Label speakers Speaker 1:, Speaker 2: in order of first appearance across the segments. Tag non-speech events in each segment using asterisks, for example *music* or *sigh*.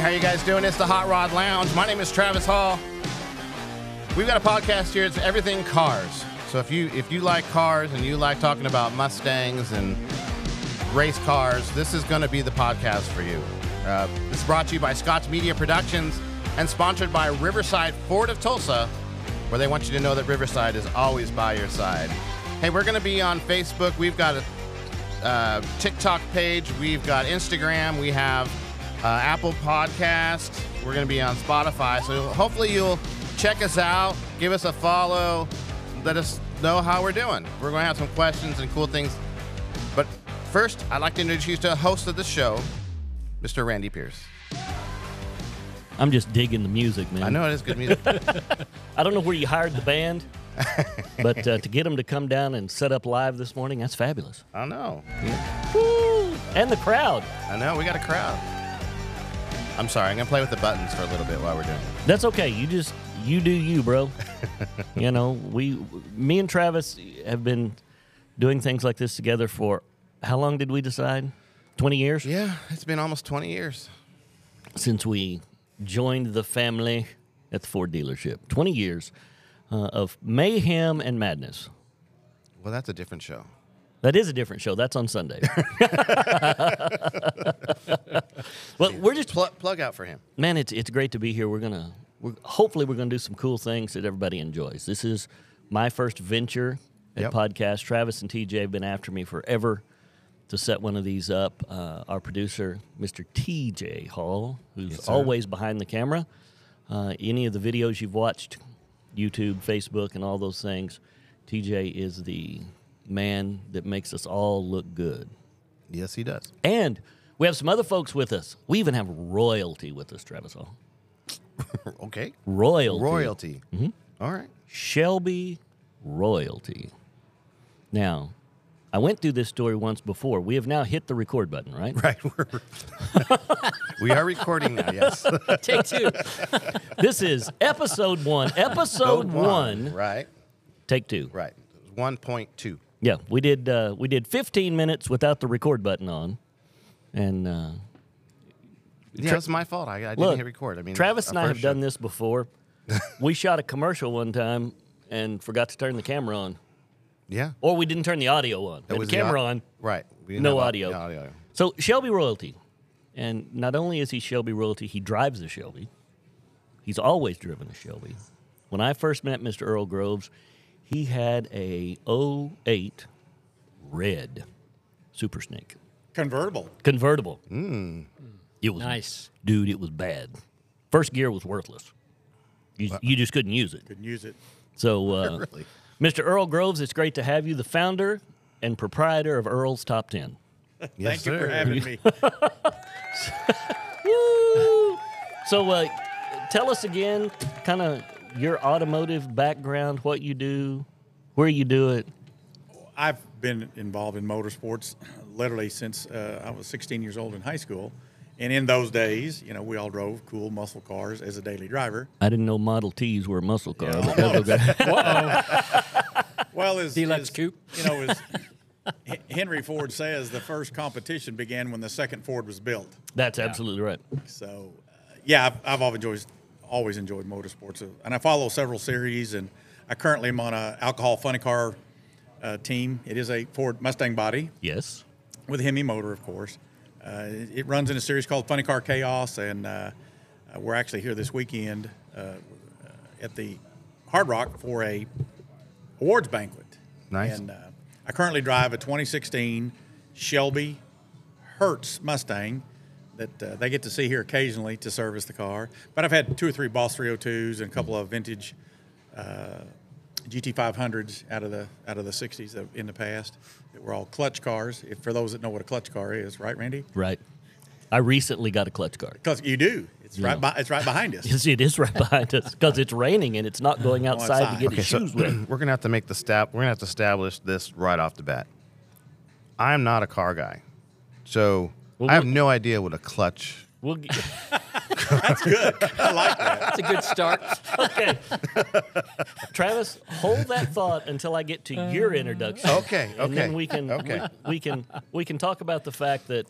Speaker 1: How you guys doing? It's the Hot Rod Lounge. My name is Travis Hall. We've got a podcast here. It's everything cars. So if you if you like cars and you like talking about Mustangs and race cars, this is going to be the podcast for you. Uh, it's brought to you by Scotch Media Productions and sponsored by Riverside Ford of Tulsa, where they want you to know that Riverside is always by your side. Hey, we're going to be on Facebook. We've got a uh, TikTok page. We've got Instagram. We have uh, Apple Podcast. We're going to be on Spotify. So hopefully you'll check us out, give us a follow, let us know how we're doing. We're going to have some questions and cool things. But first, I'd like to introduce you to the host of the show, Mr. Randy Pierce.
Speaker 2: I'm just digging the music, man.
Speaker 1: I know it is good music.
Speaker 2: I don't know where you hired the band, *laughs* but uh, to get them to come down and set up live this morning, that's fabulous.
Speaker 1: I know.
Speaker 2: Woo! And the crowd.
Speaker 1: I know. We got a crowd. I'm sorry. I'm going to play with the buttons for a little bit while we're doing it.
Speaker 2: That's okay. You just you do
Speaker 1: *laughs*
Speaker 2: you, bro. you know, we me and Travis have been doing things like this together for how long did we decide? 20 years
Speaker 1: Yeah, it's been almost 20 years.
Speaker 2: since we joined the family at the Ford dealership. 20 years uh, of mayhem and madness.
Speaker 1: Well, that's a different show.
Speaker 2: That is a different show. That's on Sunday. *laughs* well, we're just
Speaker 1: Pl- plug out for him.
Speaker 2: man. It's it's great to be here. We're gonna we're, hopefully we're gonna do some cool things that everybody enjoys. This is my first venture at
Speaker 1: Yep.
Speaker 2: podcast. Travis and TJ have been after me forever to set one of these up. Uh, our producer, Mr. TJ Hall, who's
Speaker 1: sir.
Speaker 2: always behind the camera. Uh, any of the videos you've watched, YouTube, Facebook, and all those things, TJ is the man that makes us all look good.
Speaker 1: Yes, he does.
Speaker 2: And we have some other folks with us. We even have royalty with us, Travis Hall.
Speaker 1: Okay.
Speaker 2: Royalty.
Speaker 1: Royalty.
Speaker 2: Mm-hmm.
Speaker 1: All right.
Speaker 2: Shelby royalty. Now, I went through this story once before. We have now hit the record button, right?
Speaker 1: Right. We're, we are recording now,
Speaker 2: *laughs*
Speaker 1: yes.
Speaker 2: *laughs* Take two. this is episode one. Episode one.
Speaker 1: Right.
Speaker 2: Take two.
Speaker 1: Right. 1.2.
Speaker 2: Yeah, we did. Uh, we did 15 minutes without the record button on, and uh,
Speaker 1: Yeah, it's my fault. I, I didn't
Speaker 2: Look,
Speaker 1: hit record. I mean,
Speaker 2: Travis
Speaker 1: our
Speaker 2: and I
Speaker 1: first
Speaker 2: have done
Speaker 1: show.
Speaker 2: this *laughs* before. we shot a commercial one time and forgot to turn the camera on, *laughs*
Speaker 1: Yeah.
Speaker 2: or we didn't turn the audio on.
Speaker 1: That
Speaker 2: Had the
Speaker 1: was
Speaker 2: camera
Speaker 1: au-
Speaker 2: on.
Speaker 1: Right. We didn't
Speaker 2: No
Speaker 1: have au-
Speaker 2: audio.
Speaker 1: no audio.
Speaker 2: So Shelby royalty, and not only is he Shelby royalty, he drives a Shelby. He's always driven a Shelby. When I first met Mr. Earl Groves, he had a 08 red Super Snake
Speaker 3: Convertible.
Speaker 2: convertible. It was
Speaker 4: Nice.
Speaker 2: dude. It was bad. First gear was worthless. You, you just couldn't use it.
Speaker 3: Could use it.
Speaker 2: So, uh,
Speaker 1: Really?
Speaker 2: Mr. Earl Groves, it's great to have you, the founder and proprietor of Earl's Top Ten.
Speaker 1: Yes,
Speaker 3: Thank you for
Speaker 1: sir.
Speaker 3: having me.
Speaker 2: Woo! So, uh, tell us again, kind of your automotive background, what you do, where you do it.
Speaker 3: I've been involved in motorsports literally since uh, I was 16 years old in high school. And in those days, you know, we all drove cool muscle cars as a daily driver.
Speaker 2: I didn't know Model Ts were a muscle car. but that's
Speaker 4: *laughs*
Speaker 2: okay.
Speaker 3: Well, as,
Speaker 4: Deluxe
Speaker 3: as
Speaker 4: coupe.
Speaker 3: you know, as H- Henry Ford says, the first competition began when the second Ford was built.
Speaker 2: That's absolutely right.
Speaker 3: So, uh, yeah, I've, I've always enjoyed always enjoyed motorsports, uh, and I follow several series. And I currently am on a alcohol funny car uh, team. It is a Ford Mustang body
Speaker 2: Yes.
Speaker 3: with a Hemi motor, of course. Uh, it, it runs in a series called Funny Car Chaos, and uh, uh, we're actually here this weekend uh, at the Hard Rock for a awards banquet.
Speaker 1: Nice.
Speaker 3: And uh, I currently drive a 2016 Shelby Hertz Mustang that uh, they get to see here occasionally to service the car. But I've had two or three Boss 302s and a couple of vintage GT500s out of the out of the 60s of, in the past that were all clutch cars. If, for those that know what a clutch car is, right, Randy?
Speaker 2: Right. I recently got a clutch car.
Speaker 3: Because you do. It's right. By, it's right behind
Speaker 2: *laughs*
Speaker 3: us.
Speaker 2: Yes, it is right behind us because it's raining and it's not going outside to
Speaker 3: outside.
Speaker 2: get
Speaker 3: Okay,
Speaker 2: his
Speaker 1: so
Speaker 2: shoes *clears throat* wet.
Speaker 1: we're gonna have to make the stab. We're gonna have to establish this right off the bat. I'm not a car guy, so I have no idea what a clutch.
Speaker 2: We'll g-
Speaker 3: That's good. I like that.
Speaker 4: *laughs* That's a good start.
Speaker 2: *laughs* okay. Travis, hold that thought until I get to your introduction.
Speaker 4: Oh,
Speaker 1: Okay,
Speaker 2: *laughs*
Speaker 1: *laughs*
Speaker 2: And
Speaker 1: okay,
Speaker 2: then we can
Speaker 1: okay.
Speaker 2: we, we can we can talk about the fact that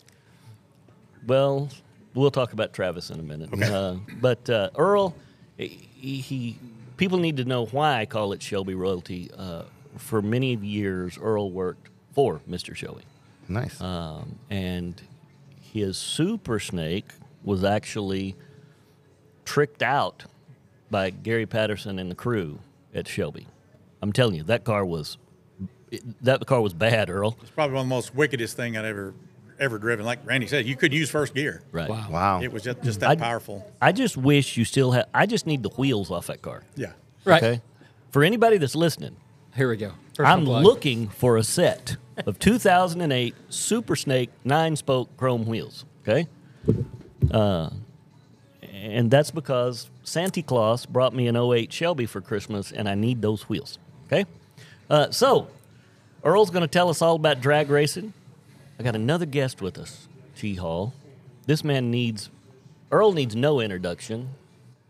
Speaker 2: well, We'll talk about Travis in a minute. Uh, but uh, Earl, he, he people need to know why I call it Shelby Royalty. Uh, for many years, Earl worked for Mr. Shelby,
Speaker 1: Nice.
Speaker 2: um, and his super snake was actually tricked out by Gary Patterson and the crew at Shelby. I'm telling you, that car was it- that car was bad, Earl.
Speaker 3: It's probably one of the most wickedest thing I'd ever ever driven. Like Randy said, you could use first gear.
Speaker 2: Right.
Speaker 1: wow.
Speaker 3: It was just, just that
Speaker 2: I'd-
Speaker 3: powerful.
Speaker 2: I just wish you still had. I just need the wheels off that car.
Speaker 3: Yeah.
Speaker 4: Right.
Speaker 2: Okay. For anybody that's listening,
Speaker 4: Here we go.
Speaker 2: I'm looking for a set of 2008 Super Snake nine spoke chrome wheels. Okay. Uh, and that's because Santa Claus brought me an 08 Shelby for Christmas, and I need those wheels. Okay. Uh, so, Earl's going to tell us all about drag racing. I got another guest with us, T Hall. This man needs, Earl needs no introduction.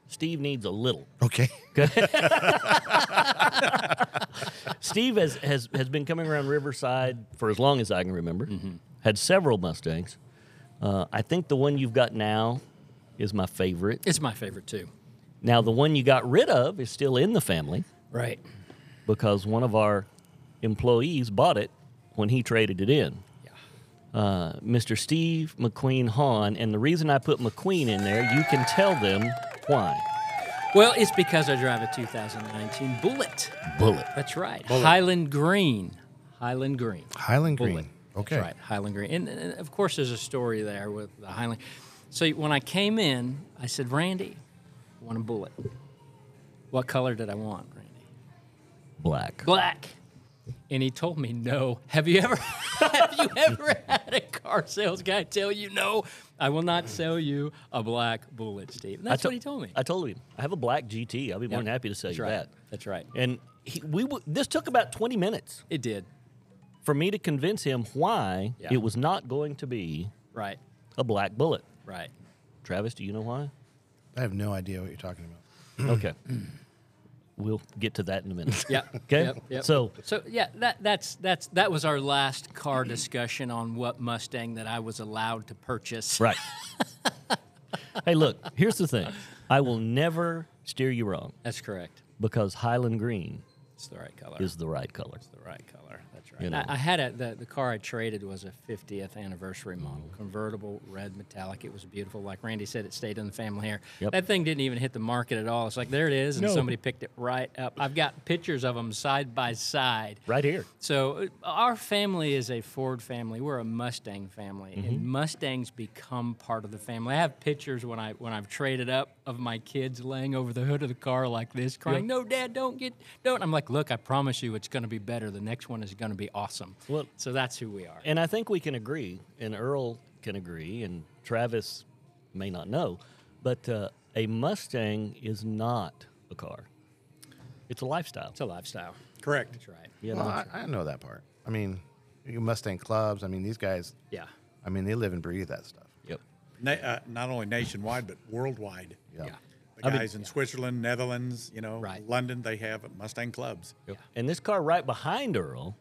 Speaker 2: Steve needs a little.
Speaker 1: Okay.
Speaker 2: Steve has, has, has been coming around Riverside for as long as I can remember.
Speaker 4: Mm-hmm.
Speaker 2: Had several Mustangs. Uh, I think the one you've got now is my favorite.
Speaker 4: It's my favorite too.
Speaker 2: Now, the one you got rid of is still in the family
Speaker 4: Right.
Speaker 2: because one of our employees bought it when he traded it in. Uh, Mr. Steve McQueen Hahn. And the reason I put McQueen in there, you can tell them why.
Speaker 4: Well, it's because I drive a 2019 Bullet.
Speaker 2: Bullet.
Speaker 4: That's right. Highland Green. Highland Green.
Speaker 1: Highland Green.
Speaker 4: Bullet.
Speaker 1: Okay.
Speaker 4: That's right. Highland Green. And, and of course, there's a story there with the Highland. So when I came in, I said, Randy, I want a Bullet. What color did I want, Randy?
Speaker 2: Black.
Speaker 4: Black. And he told me no. Have you ever *laughs* have you ever had a car sales guy tell you no? I will not sell you a black bullet, Steve. And
Speaker 2: I
Speaker 4: that's
Speaker 2: to-
Speaker 4: what he told me.
Speaker 2: I told him I have a black GT. I'll be more than
Speaker 4: Yep.
Speaker 2: happy to sell
Speaker 4: That's
Speaker 2: you
Speaker 4: right.
Speaker 2: that.
Speaker 4: That's right.
Speaker 2: And he, we w- this took about twenty minutes
Speaker 4: It did.
Speaker 2: for me to convince him why
Speaker 4: Yeah.
Speaker 2: it was not going to be
Speaker 4: Right.
Speaker 2: a black bullet.
Speaker 4: Right.
Speaker 2: Travis, do you know why?
Speaker 1: I have no idea what you're talking about.
Speaker 2: okay, we'll get to that in a minute.
Speaker 4: Mm. *laughs* Yeah.
Speaker 2: *laughs* Okay.
Speaker 4: Yep, yep.
Speaker 2: So
Speaker 4: So yeah, that that's that's that was our last car discussion on what Mustang that I was allowed to purchase. *laughs*
Speaker 2: right. hey, look. Here's the thing. I will never steer you wrong
Speaker 4: That's correct.
Speaker 2: because Highland Green
Speaker 4: It's the right color.
Speaker 2: is the right color.
Speaker 4: the right color. That's right.
Speaker 2: You know.
Speaker 4: I, I had a the, the car I traded was a 50th anniversary model,
Speaker 2: Mm-hmm.
Speaker 4: convertible, red metallic. It was beautiful. Like Randy said, it stayed in the family hair.
Speaker 2: Yep.
Speaker 4: That thing didn't even hit the market at all. It's like there it is, and
Speaker 2: No.
Speaker 4: somebody picked it right up. I've got pictures of them side by side.
Speaker 2: Right here.
Speaker 4: So uh, our family is a Ford family. We're a Mustang family, and Mustangs become part of the family. I have pictures when I when I've traded up of my kids laying over the hood of the car like this, crying, "No, Dad, don't get, don't!" I'm like, "Look, I promise you, it's going to be better. The next one is going to be awesome."
Speaker 2: Well-
Speaker 4: so that's who we are.
Speaker 2: And I think we can agree, and Earl can agree, and Travis may not know, but uh, a Mustang is not a car. It's a lifestyle.
Speaker 4: It's a lifestyle.
Speaker 3: Correct.
Speaker 4: That's right.
Speaker 2: You know?
Speaker 1: Well, I, I know that part. I mean, you Mustang clubs. I mean, these guys.
Speaker 4: Yeah.
Speaker 1: I mean, they live and breathe that stuff.
Speaker 2: Yep.
Speaker 3: Na- uh, not only nationwide but worldwide.
Speaker 1: Yeah.
Speaker 4: Yeah.
Speaker 3: The guys in Switzerland, Netherlands, you know,
Speaker 4: Right.
Speaker 3: London, they have Mustang clubs.
Speaker 2: Yep. And this car right behind Earl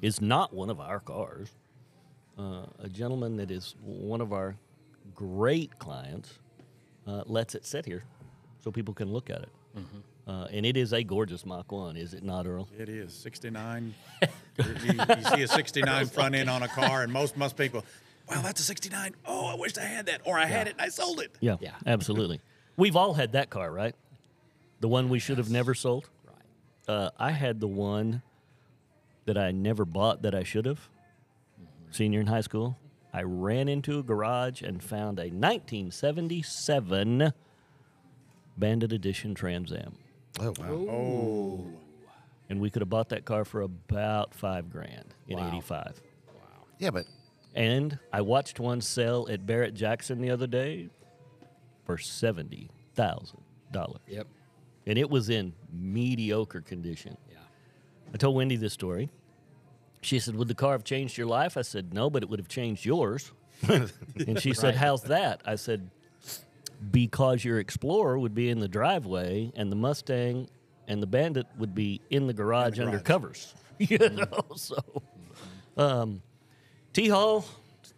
Speaker 2: is not one of our cars. Uh, a gentleman that is one of our great clients uh, lets it sit here so people can look at it. Uh, and it is a gorgeous Mach 1, is it not, Earl?
Speaker 3: It is 69. *laughs* you, you see a 69 front end on a car, and most most people, wow, that's a 69. Oh, I wish I had that, or I had it and I sold it.
Speaker 2: Yeah,
Speaker 4: Yeah. *laughs*
Speaker 2: absolutely. We've all had that car, right? The one we should have never sold.
Speaker 4: Right.
Speaker 2: Uh, I had the one that I never bought that I should have.
Speaker 4: Mm-hmm.
Speaker 2: Senior in high school, I ran into a garage and found a 1977 Bandit Edition Trans Am,
Speaker 1: Oh wow.
Speaker 2: and we could have bought that car for about five grand in '85.
Speaker 1: Yeah, but
Speaker 2: And I watched one sell at Barrett Jackson the other day for seventy thousand dollars.
Speaker 4: Yep.
Speaker 2: and it was in mediocre condition.
Speaker 4: Yeah.
Speaker 2: I told Wendy this story. She said, Would the car have changed your life? I said, No, but it would have changed yours. and she said,
Speaker 4: Right.
Speaker 2: How's that? I said, Because your Explorer would be in the driveway and the Mustang and the Bandit would be in the garage, under
Speaker 3: garage.
Speaker 2: covers. *laughs* you know, so. Um, T Hall,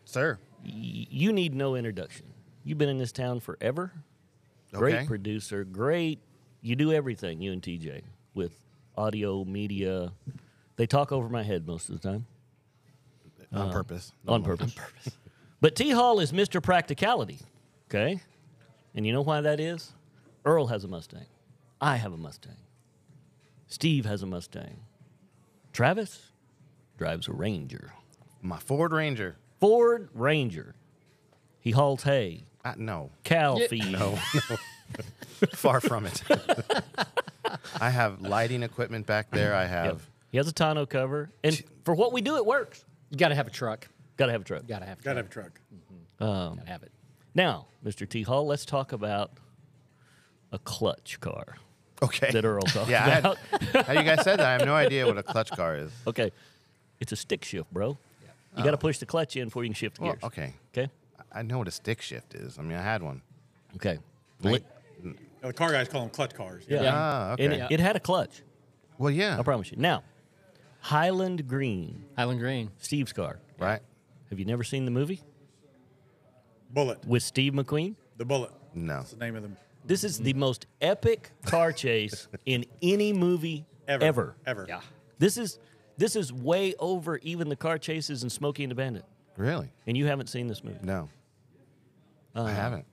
Speaker 1: sir,
Speaker 2: y- you need no introduction. You've been in this town forever.
Speaker 1: Okay.
Speaker 2: Great producer. Great. You do everything, you and TJ, with audio, media. They talk over my head most of the time
Speaker 1: Oh, on purpose.
Speaker 2: Uh, on purpose. *laughs* But T Hall is Mr. Practicality, okay? And you know why that is? Earl has a Mustang. I have a Mustang. Steve has a Mustang. Travis drives a Ranger.
Speaker 1: My Ford Ranger.
Speaker 2: Ford Ranger. He hauls hay,
Speaker 1: I, no,
Speaker 2: cow
Speaker 4: Yeah.
Speaker 2: feed.
Speaker 1: no, no. Far from it. *laughs* I have lighting equipment back there. I
Speaker 2: Yep.
Speaker 1: have.
Speaker 2: He has a tonneau cover. And for what we do, it works.
Speaker 4: You got to have a truck.
Speaker 2: Got to have a truck.
Speaker 4: Got to have. a
Speaker 3: Gotta have a
Speaker 4: truck.
Speaker 3: truck.
Speaker 4: Got to have it.
Speaker 2: Now, Mr. T Hall, let's talk about a clutch car
Speaker 1: Okay. *laughs*
Speaker 2: that Earl *laughs* talked
Speaker 1: yeah, I had-
Speaker 2: about.
Speaker 1: how you guys said that? I have no idea what a clutch car is.
Speaker 2: Okay. It's a stick shift, bro. You got to push the clutch in before you can shift
Speaker 1: Oh. Well,
Speaker 2: gears.
Speaker 1: okay.
Speaker 2: Okay.
Speaker 1: I know what a stick shift is. I mean, I had one.
Speaker 2: Okay.
Speaker 1: Right.
Speaker 3: Oh, the car guys call them clutch cars.
Speaker 2: Yeah.
Speaker 1: Ah,
Speaker 2: And
Speaker 1: okay.
Speaker 2: it, it had a clutch.
Speaker 1: Well, yeah.
Speaker 2: I promise you. Now, Highland Green,
Speaker 4: Highland Green.
Speaker 2: Steve's car.
Speaker 1: Right?
Speaker 2: Have you never seen the movie
Speaker 3: Bullet.
Speaker 2: with Steve McQueen?
Speaker 3: The bullet.
Speaker 1: No.
Speaker 3: That's the name of them.
Speaker 2: This is the most epic car
Speaker 1: *laughs*
Speaker 2: chase in any movie
Speaker 3: Ever.
Speaker 2: ever.
Speaker 3: Ever.
Speaker 2: This is this is way over even the car chases in Smokey and the Bandit.
Speaker 1: Really?
Speaker 2: And you haven't seen this movie.
Speaker 1: No.
Speaker 2: Uh-huh.
Speaker 1: I haven't.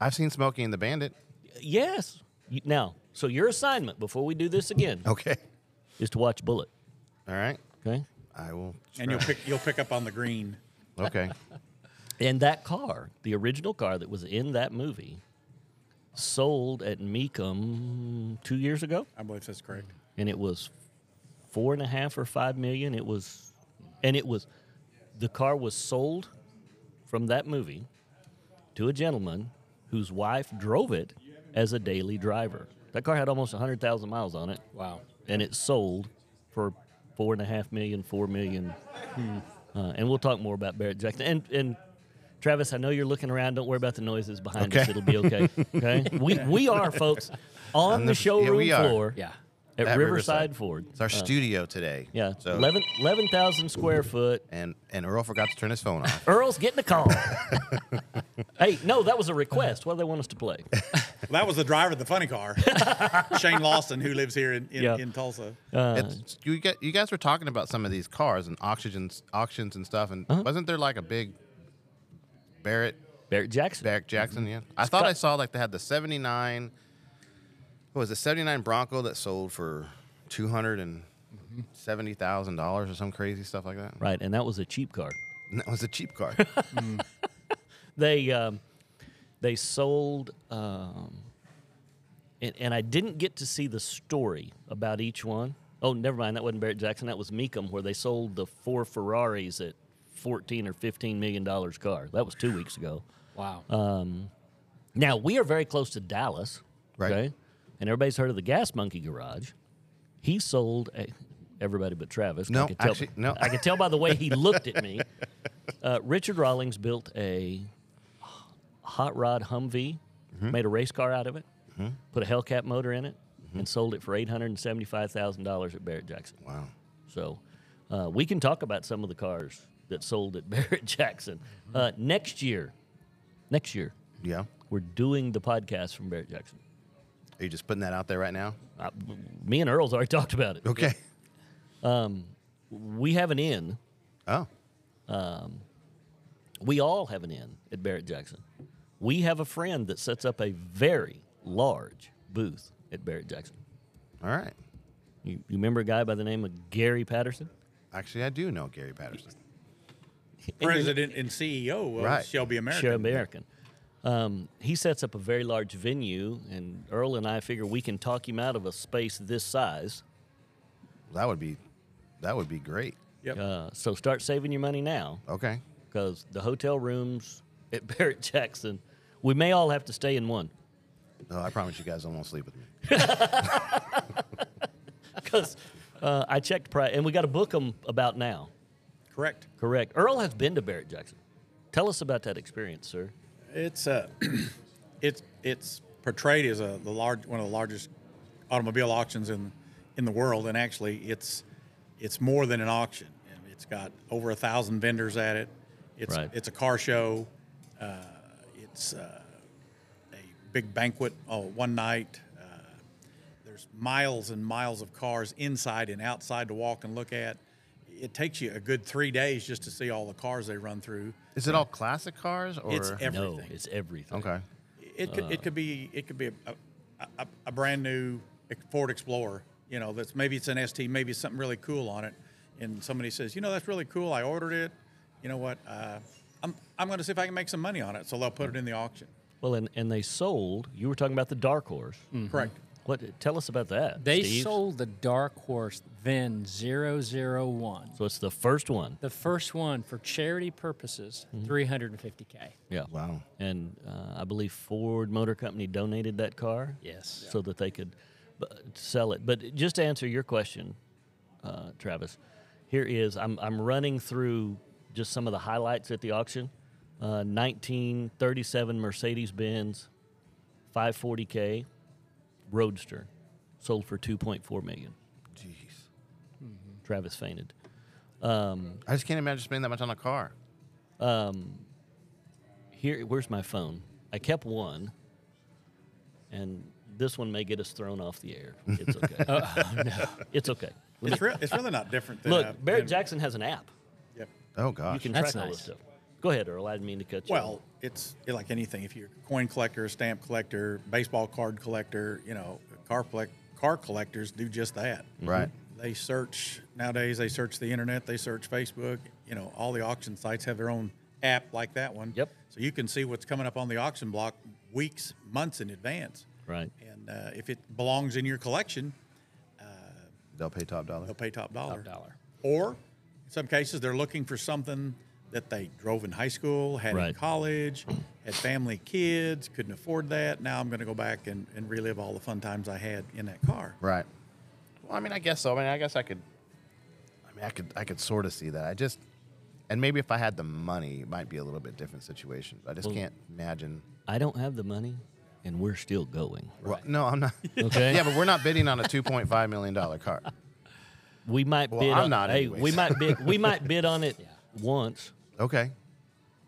Speaker 1: I've seen Smokey and the Bandit.
Speaker 2: Yes. You- Now, so your assignment before we do this again
Speaker 1: Okay.
Speaker 2: is to watch Bullet.
Speaker 1: All right.
Speaker 2: Okay.
Speaker 1: I
Speaker 2: *laughs*
Speaker 1: will.
Speaker 3: And you'll
Speaker 1: try.
Speaker 3: pick you'll pick up on the green.
Speaker 1: Okay.
Speaker 2: And that car, the original car that was in that movie, sold at Mecum two years ago,
Speaker 3: I believe that's correct.
Speaker 2: and it was four and a half or five million. It was, and it was, the car was sold from that movie to a gentleman whose wife drove it as a daily driver. That car had almost hundred thousand miles on it,
Speaker 4: Wow.
Speaker 2: and it sold for four and a half million, four million.
Speaker 1: Hmm.
Speaker 2: Uh, and we'll talk more about Barrett Jackson. And and Travis, I know you're looking around. Don't worry about the noises behind us.
Speaker 1: Okay.
Speaker 2: It'll be
Speaker 1: *laughs*
Speaker 2: okay. Okay, we we are folks on the
Speaker 1: the- yeah,
Speaker 2: showroom
Speaker 1: we are.
Speaker 2: floor.
Speaker 4: Yeah.
Speaker 2: at,
Speaker 1: At
Speaker 2: Riverside,
Speaker 1: Riverside.
Speaker 2: Ford.
Speaker 1: It's our studio today.
Speaker 2: Uh. Yeah,
Speaker 1: So,
Speaker 2: eleven eleven thousand square foot.
Speaker 1: And, and Earl forgot to turn his phone off.
Speaker 2: Earl's getting
Speaker 1: *laughs*
Speaker 2: a call. hey, no, that was a request. What do they want us to play?
Speaker 3: Well, that was the driver of the
Speaker 2: *laughs*
Speaker 3: funny car, Shane Lawson, who lives here in, in,
Speaker 2: Yeah.
Speaker 3: in Tulsa.
Speaker 2: Uh.
Speaker 1: It's- you, get, you guys were talking about some of these cars and auctions, auctions and stuff. And
Speaker 2: Uh-huh.
Speaker 1: wasn't there like a big Barrett
Speaker 2: Barrett Jackson.
Speaker 1: Derek Jackson,
Speaker 2: Mm-hmm.
Speaker 1: yeah. I thought I saw like they had the 79 what was it, 79 Bronco that sold for $270,000 or some crazy stuff like that.
Speaker 2: Right, and that was a cheap car.
Speaker 1: And that was a cheap
Speaker 2: *laughs*
Speaker 1: car.
Speaker 2: they um, they sold um, and, and I didn't get to see the story about each one. Oh, never mind. That wasn't Barrett Jackson. That was Meekum, where they sold the four Ferraris at fourteen or fifteen million dollars car. That was two weeks ago.
Speaker 4: Wow.
Speaker 2: Now we are very close to Dallas,
Speaker 1: Right.
Speaker 2: And everybody's heard of the Gas Monkey Garage. He sold a, everybody but Travis.
Speaker 1: No,
Speaker 2: I could tell,
Speaker 1: actually, no.
Speaker 2: I could tell by the
Speaker 1: *laughs*
Speaker 2: way he looked at me. Uh, Richard Rawlings built a hot rod Humvee,
Speaker 1: Mm-hmm.
Speaker 2: made a race car out of it, put a Hellcat motor in it, and sold it for eight hundred and seventy-five thousand dollars at Barrett Jackson.
Speaker 1: wow.
Speaker 2: So uh, we can talk about some of the cars that sold at *laughs* Barrett Jackson uh, next year. Next year,
Speaker 1: Yeah.
Speaker 2: we're doing the podcast from Barrett Jackson.
Speaker 1: Are you just putting that out there right now?
Speaker 2: Uh, me and Earl's already talked about it.
Speaker 1: Okay.
Speaker 2: We have an in.
Speaker 1: Oh.
Speaker 2: We all have an in at Barrett Jackson. We have a friend that sets up a very large booth at Barrett Jackson.
Speaker 1: All right.
Speaker 2: You, you remember a guy by the name of Gary Patterson?
Speaker 1: Actually, I do know Gary Patterson.
Speaker 3: President and CEO of
Speaker 1: Right.
Speaker 3: Shelby American.
Speaker 2: Sure, American. Um, he sets up a very large venue, and Earl and I figure we can talk him out of a space this size.
Speaker 1: That would be that would be great.
Speaker 3: Yep.
Speaker 2: Uh, so start saving your money now.
Speaker 1: Okay.
Speaker 2: because the hotel rooms at *laughs* Barrett Jackson, we may all have to stay in one
Speaker 1: No, Oh, I promise you guys I won't sleep with me.
Speaker 2: because uh, I checked price and we got to book them about now.
Speaker 3: Correct.
Speaker 2: Correct. Earl has been to Barrett Jackson. Tell us about that experience, sir.
Speaker 3: It's uh, *clears throat* it's it's portrayed as a the large one of the largest automobile auctions in in the world, and actually it's it's more than an auction. And It's got over a thousand vendors at it. It's
Speaker 2: Right.
Speaker 3: it's a car show. Uh, it, It's uh, a big banquet all one night. Uh, there's miles and miles of cars inside and outside to walk and look at. It takes you a good three days just to see all the cars they run through.
Speaker 1: Is it all classic cars or
Speaker 3: It's everything.
Speaker 2: No, it's everything.
Speaker 1: okay?
Speaker 3: It could,
Speaker 2: Uh.
Speaker 3: it could be it could be a, a, a, a brand new Ford Explorer. You know, that's maybe it's an ST, maybe it's something really cool on it, and somebody says, you know, that's really cool. I ordered it. You know what? Uh, I'm I'm going to see if I can make some money on it. So they'll put it in the auction.
Speaker 2: Well, and, and they sold. You were talking about the dark horse.
Speaker 3: Correct.
Speaker 2: What? Tell us about that.
Speaker 4: Mm. They
Speaker 2: Steve.
Speaker 4: sold the Dark Horse VIN 001,
Speaker 2: So it's the first one.
Speaker 4: the first one for charity purposes,
Speaker 2: Mm-hmm.
Speaker 4: 350K.
Speaker 2: Yeah.
Speaker 1: Wow.
Speaker 2: And uh, I believe Ford Motor Company donated that car.
Speaker 4: Yes.
Speaker 2: So that they could uh, sell it. But just to answer your question, uh, Travis, here is I'm, I'm running through just some of the highlights at the auction. Uh, 1937 Mercedes Benz 540K Roadster sold for 2.4 million.
Speaker 1: Jeez.
Speaker 2: Travis fainted.
Speaker 1: I just can't imagine spending that much on a car.
Speaker 2: here where's my phone i kept one and this one may get us thrown off the air it's okay it's okay Let me-
Speaker 3: It's real. It's really not different. Than, uh,
Speaker 2: look barrett
Speaker 3: than-
Speaker 2: jackson has an app
Speaker 3: Yep.
Speaker 1: Oh
Speaker 2: you
Speaker 1: gosh.
Speaker 2: can
Speaker 4: That's
Speaker 2: track all this
Speaker 4: nice.
Speaker 2: stuff go ahead earl i didn't mean to cut you off.
Speaker 3: Well, it's like anything. If you're a coin collector, stamp collector, baseball card collector, you know, car collect, car collectors do just that.
Speaker 1: Right.
Speaker 3: They search nowadays. They search the internet. They search Facebook. You know, all the auction sites have their own app like that one.
Speaker 2: Yep.
Speaker 3: So you can see what's coming up on the auction block weeks, months in advance.
Speaker 2: right
Speaker 3: And uh, if it belongs in your collection,
Speaker 1: They'll pay top dollar.
Speaker 3: they'll pay top dollar.
Speaker 4: Top dollar.
Speaker 3: Or in some cases, they're looking for something that they drove in high school, had in
Speaker 2: Right.
Speaker 3: college, had family kids, couldn't afford that. Now I'm going to go back and, and relive all the fun times I had in that car.
Speaker 1: Right. Well, I mean, I guess so. I mean, I guess I could. I mean, I could. I could sort of see that. I just, and maybe if I had the money, it might be a little bit different situation. But I just can't imagine.
Speaker 2: i don't have the money and we're still going
Speaker 1: Well, no, I'm not.
Speaker 2: Okay.
Speaker 1: yeah, but we're not bidding on a 2.5 million dollar car.
Speaker 2: we might
Speaker 1: Well,
Speaker 2: bid
Speaker 1: I'm
Speaker 2: on,
Speaker 1: not
Speaker 2: hey,
Speaker 1: anyways.
Speaker 2: we might
Speaker 1: *laughs*
Speaker 2: bid we might bid on it once
Speaker 1: Okay.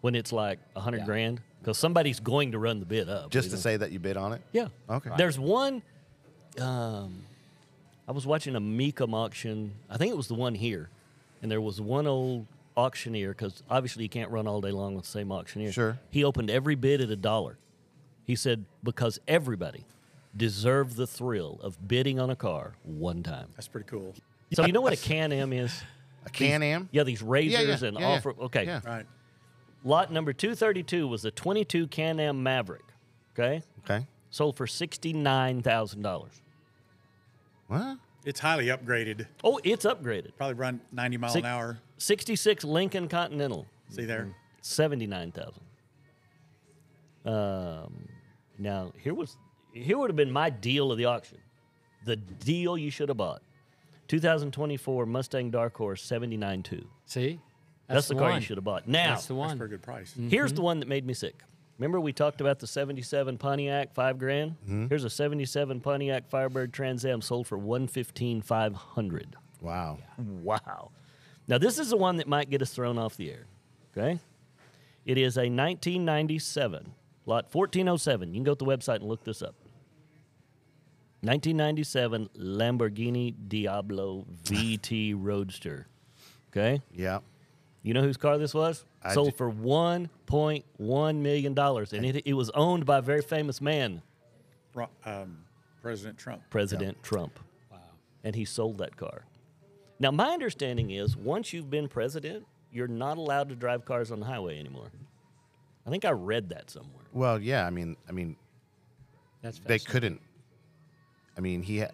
Speaker 2: when it's like 100
Speaker 4: Yeah.
Speaker 2: grand because somebody's going to run the bid up
Speaker 1: Just
Speaker 2: We
Speaker 1: to
Speaker 2: don't-
Speaker 1: say that you bid on it.
Speaker 2: Yeah.
Speaker 1: Okay.
Speaker 2: There's one. Um, I was watching a Mecum auction. I think it was the one here, and there was one old auctioneer because obviously you can't run all day long with the same auctioneer.
Speaker 1: Sure.
Speaker 2: He opened every bid at a dollar. He said because everybody deserved the thrill of bidding on a car one time.
Speaker 3: That's pretty cool.
Speaker 2: So you know what a Can Am is?
Speaker 1: A Can Am.
Speaker 2: Yeah, these razors and
Speaker 1: yeah, yeah.
Speaker 2: off. Okay.
Speaker 1: Yeah.
Speaker 3: Right.
Speaker 2: Lot number two thirty two was the twenty two Can Am Maverick. Okay.
Speaker 1: Okay.
Speaker 2: Sold for sixty nine thousand dollars.
Speaker 1: What?
Speaker 3: It's highly upgraded.
Speaker 2: Oh, it's upgraded.
Speaker 3: Probably run 90 mile
Speaker 2: Six-
Speaker 3: an hour.
Speaker 2: 66 Lincoln Continental,
Speaker 3: See there?
Speaker 2: 79,000. Um, now, here was here would have been my deal of the auction. The deal you should have bought. 2024 Mustang Dark Horse 79.2. That's,
Speaker 4: See?
Speaker 2: the, car you
Speaker 4: one.
Speaker 2: should have bought. Now,
Speaker 4: That's
Speaker 3: That's
Speaker 4: the
Speaker 3: a
Speaker 4: one. Mm-hmm.
Speaker 3: pretty good price.
Speaker 2: here's the one that made me sick. Remember we talked about the 77 Pontiac 5 grand? Here's a 77 Pontiac Firebird Trans Am sold for 115,500.
Speaker 1: Wow.
Speaker 2: Wow. Now, this is the one that might get us thrown off the air. Okay. It is a 1997, lot 1407. You can go to the website and look this up. 1997 Lamborghini Diablo
Speaker 1: *laughs*
Speaker 2: VT Roadster. Okay.
Speaker 1: Yeah.
Speaker 2: You know whose car this was?
Speaker 1: I
Speaker 2: Sold
Speaker 1: d-
Speaker 2: for $1.1 million. And it, it was owned by a very famous man,
Speaker 3: Ro- Um, President Trump.
Speaker 2: President Trump. Wow. And he sold that car. Now, my understanding is once you've been president, you're not allowed to drive cars on the highway anymore. I think I read that somewhere.
Speaker 1: Well, yeah. I mean, I mean,
Speaker 4: That's
Speaker 1: they
Speaker 4: fascinating.
Speaker 1: couldn't. I mean, he, ha-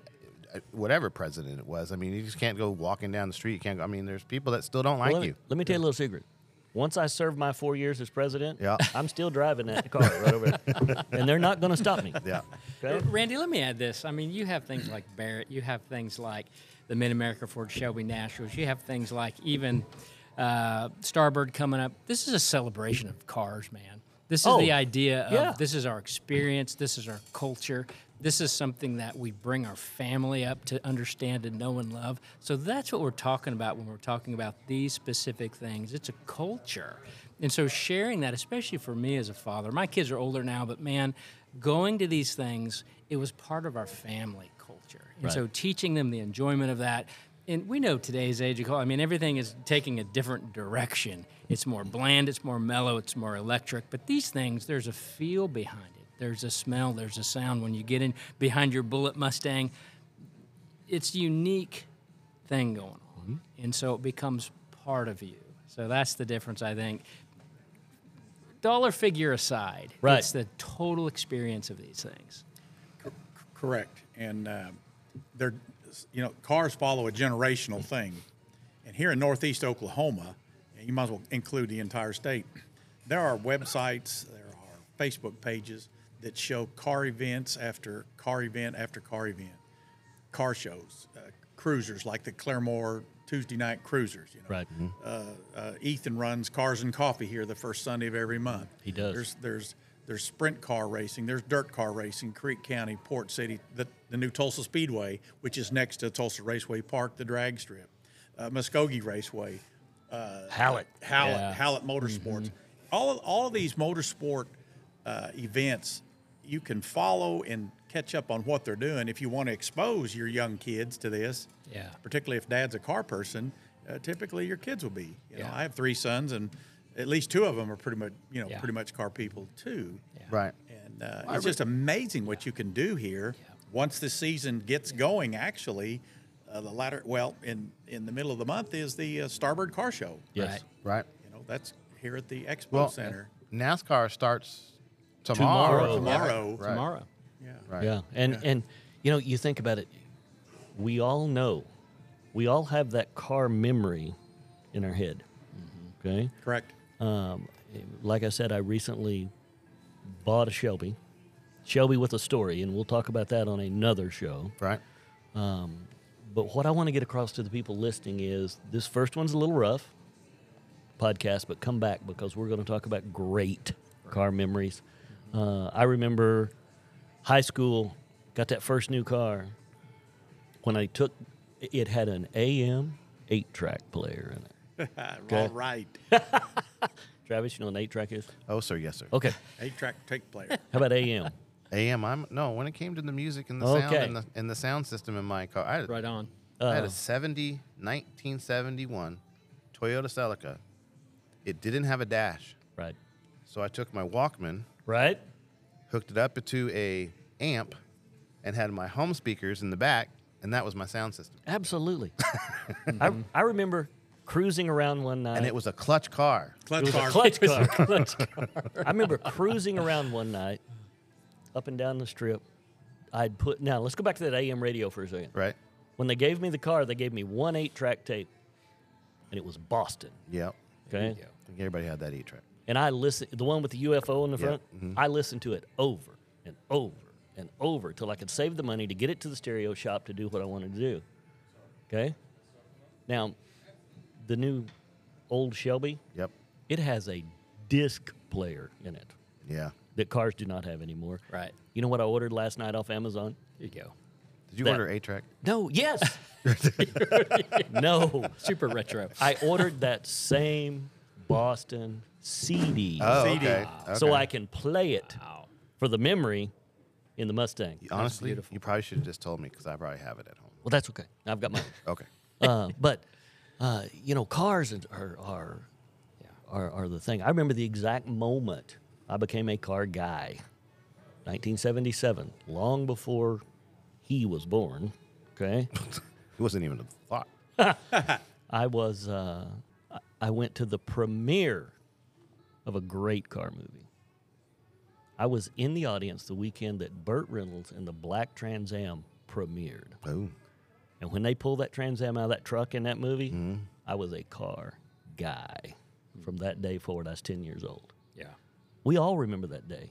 Speaker 1: whatever president it was. I mean, you just can't go walking down the street. You can't go. I mean, there's people that still don't like
Speaker 2: let, me,
Speaker 1: you.
Speaker 2: let me tell you a little secret. Once I serve my four years as president,
Speaker 1: Yeah.
Speaker 2: *laughs* I'm still driving that car right over there. And they're not going to stop me.
Speaker 1: Yeah.
Speaker 2: Okay?
Speaker 4: Randy, let me add this. I mean, you have things like Barrett, you have things like the Mid America Ford Shelby Nationals, you have things like even uh, Starbird coming up. This is a celebration of cars, man. This is
Speaker 2: Oh,
Speaker 4: the idea of
Speaker 2: yeah.
Speaker 4: this is our experience, this is our culture, This is something that we bring our family up to understand and know and love. So that's what we're talking about when we're talking about these specific things. It's a culture. And so sharing that, especially for me as a father, my kids are older now, but man, going to these things, it was part of our family culture. And
Speaker 2: Right.
Speaker 4: so teaching them the enjoyment of that. And we know today's age, I mean, everything is taking a different direction. It's more
Speaker 2: Mm-hmm.
Speaker 4: bland, it's more mellow, it's more electric. But these things, there's a feel behind it. There's a smell, there's a sound. When you get in behind your bullet Mustang, it's a unique thing going on.
Speaker 2: Mm-hmm.
Speaker 4: And so it becomes part of you. So that's the difference, I think. Dollar figure aside,
Speaker 2: Right.
Speaker 4: it's the total experience of these things.
Speaker 3: Correct. And uh, they're, you know, cars follow a generational thing. And here in Northeast Oklahoma, and you might as well include the entire state, there are websites, there are Facebook pages that show car events after car event after car event, car shows, uh, cruisers like the Claremore Tuesday night cruisers, you know,
Speaker 2: Right. Mm-hmm.
Speaker 3: uh, uh, Ethan runs Cars and Coffee here the first Sunday of every month.
Speaker 2: He does.
Speaker 3: There's there's there's sprint car racing. There's dirt car racing. Creek County, Port City, the the new Tulsa Speedway, which is next to Tulsa Raceway Park, the drag strip, uh, Muskogee Raceway,
Speaker 2: Hallett.
Speaker 3: Hallett,
Speaker 2: Yeah.
Speaker 3: Hallett Motorsports.
Speaker 4: Mm-hmm.
Speaker 3: All of, all of these motorsport uh, events, you can follow and catch up on what they're doing if you want to expose your young kids to this.
Speaker 4: Yeah.
Speaker 3: Particularly if dad's a car person, uh, typically your kids will be. You know,
Speaker 4: Yeah.
Speaker 3: I have three sons, and at least two of them are pretty much you know
Speaker 4: Yeah.
Speaker 3: pretty much car people too.
Speaker 1: Right.
Speaker 3: And uh, it's just amazing what you can do here once the season gets going. Actually, uh, the latter, well, in in the middle of the month is the uh, Starbird Car Show.
Speaker 2: Yes.
Speaker 4: Right.
Speaker 1: Right.
Speaker 3: You know, that's here at the Expo
Speaker 1: Well,
Speaker 3: Center
Speaker 1: NASCAR starts tomorrow.
Speaker 3: tomorrow.
Speaker 1: Right.
Speaker 4: Tomorrow.
Speaker 1: Right.
Speaker 2: Yeah, and and you know, you think about it. We all know, we all have that car memory in our head. Okay,
Speaker 3: Correct.
Speaker 2: um, like I said, I recently bought a Shelby, Shelby with a story, and we'll talk about that on another show.
Speaker 1: Right.
Speaker 2: But what I want to get across to the people listening is this first one's a little rough podcast, but come back because we're going to talk about great car memories. Uh, I remember high school, got that first new car. When I took it, had an AM eight track player in it.
Speaker 3: All right.
Speaker 2: Travis, you know what an eight track is?
Speaker 1: Oh, sir. Yes, sir.
Speaker 2: Okay.
Speaker 3: Eight track take player.
Speaker 2: How about AM?
Speaker 1: AM. I'm no. When it came to the music and the sound
Speaker 2: Okay. Uh.
Speaker 1: and the, and the sound system in my car, I had,
Speaker 4: Right on.
Speaker 1: I had a 70 1971 Toyota Celica. It didn't have a dash,
Speaker 2: *laughs* right.
Speaker 1: so I took my Walkman,
Speaker 2: Right?
Speaker 1: hooked it up to a amp, and had my home speakers in the back, and that was my sound system.
Speaker 2: Absolutely. *laughs* I, I remember cruising around one night.
Speaker 1: And
Speaker 2: *laughs*
Speaker 1: it was a clutch car.
Speaker 3: Clutch
Speaker 2: It was
Speaker 3: car.
Speaker 2: a
Speaker 4: *laughs*
Speaker 2: clutch car. I remember cruising around one night, up and down the strip. I'd put now. Let's go back to that AM radio for a second.
Speaker 1: Right.
Speaker 2: When they gave me the car, they gave me one eight-track tape, and it was Boston.
Speaker 1: Yep.
Speaker 2: Okay,
Speaker 1: I think everybody had that E track.
Speaker 2: and I listened the one with the UFO in the front. I listened to it over and over and over till I could save the money to get it to the stereo shop to do what I wanted to do. Okay, now the new old Shelby
Speaker 1: Yep.
Speaker 2: it has a disc player in it
Speaker 1: Yeah.
Speaker 2: that cars do not have anymore.
Speaker 4: Right.
Speaker 2: You know what I ordered last night off Amazon?
Speaker 4: Here you go.
Speaker 1: Did you
Speaker 2: That-
Speaker 1: order A track?
Speaker 2: No, yes. *laughs* no.
Speaker 4: Super *laughs* retro.
Speaker 2: I ordered that same Boston CD
Speaker 1: Oh,
Speaker 3: CD.
Speaker 1: okay.
Speaker 2: so
Speaker 1: okay.
Speaker 2: I can play it for the memory in the Mustang.
Speaker 1: Honestly, you probably should have just told me because I probably have it at home.
Speaker 2: Well, that's okay. I've got mine.
Speaker 1: Okay.
Speaker 2: *laughs* uh, but uh, you know, cars and- are are, are are the thing. I remember the exact moment I became a car guy, 1977, long before he was born. Okay,
Speaker 1: It wasn't even a thought.
Speaker 2: I was uh, I- I went to the premiere of a great car movie. I was in the audience the weekend that Burt Reynolds and the Black Trans Am premiered.
Speaker 1: Boom.
Speaker 2: And when they pulled that Trans Am out of that truck in that movie, I was a car guy. From that day forward, I was 10 years old.
Speaker 4: Yeah.
Speaker 2: We all remember that day.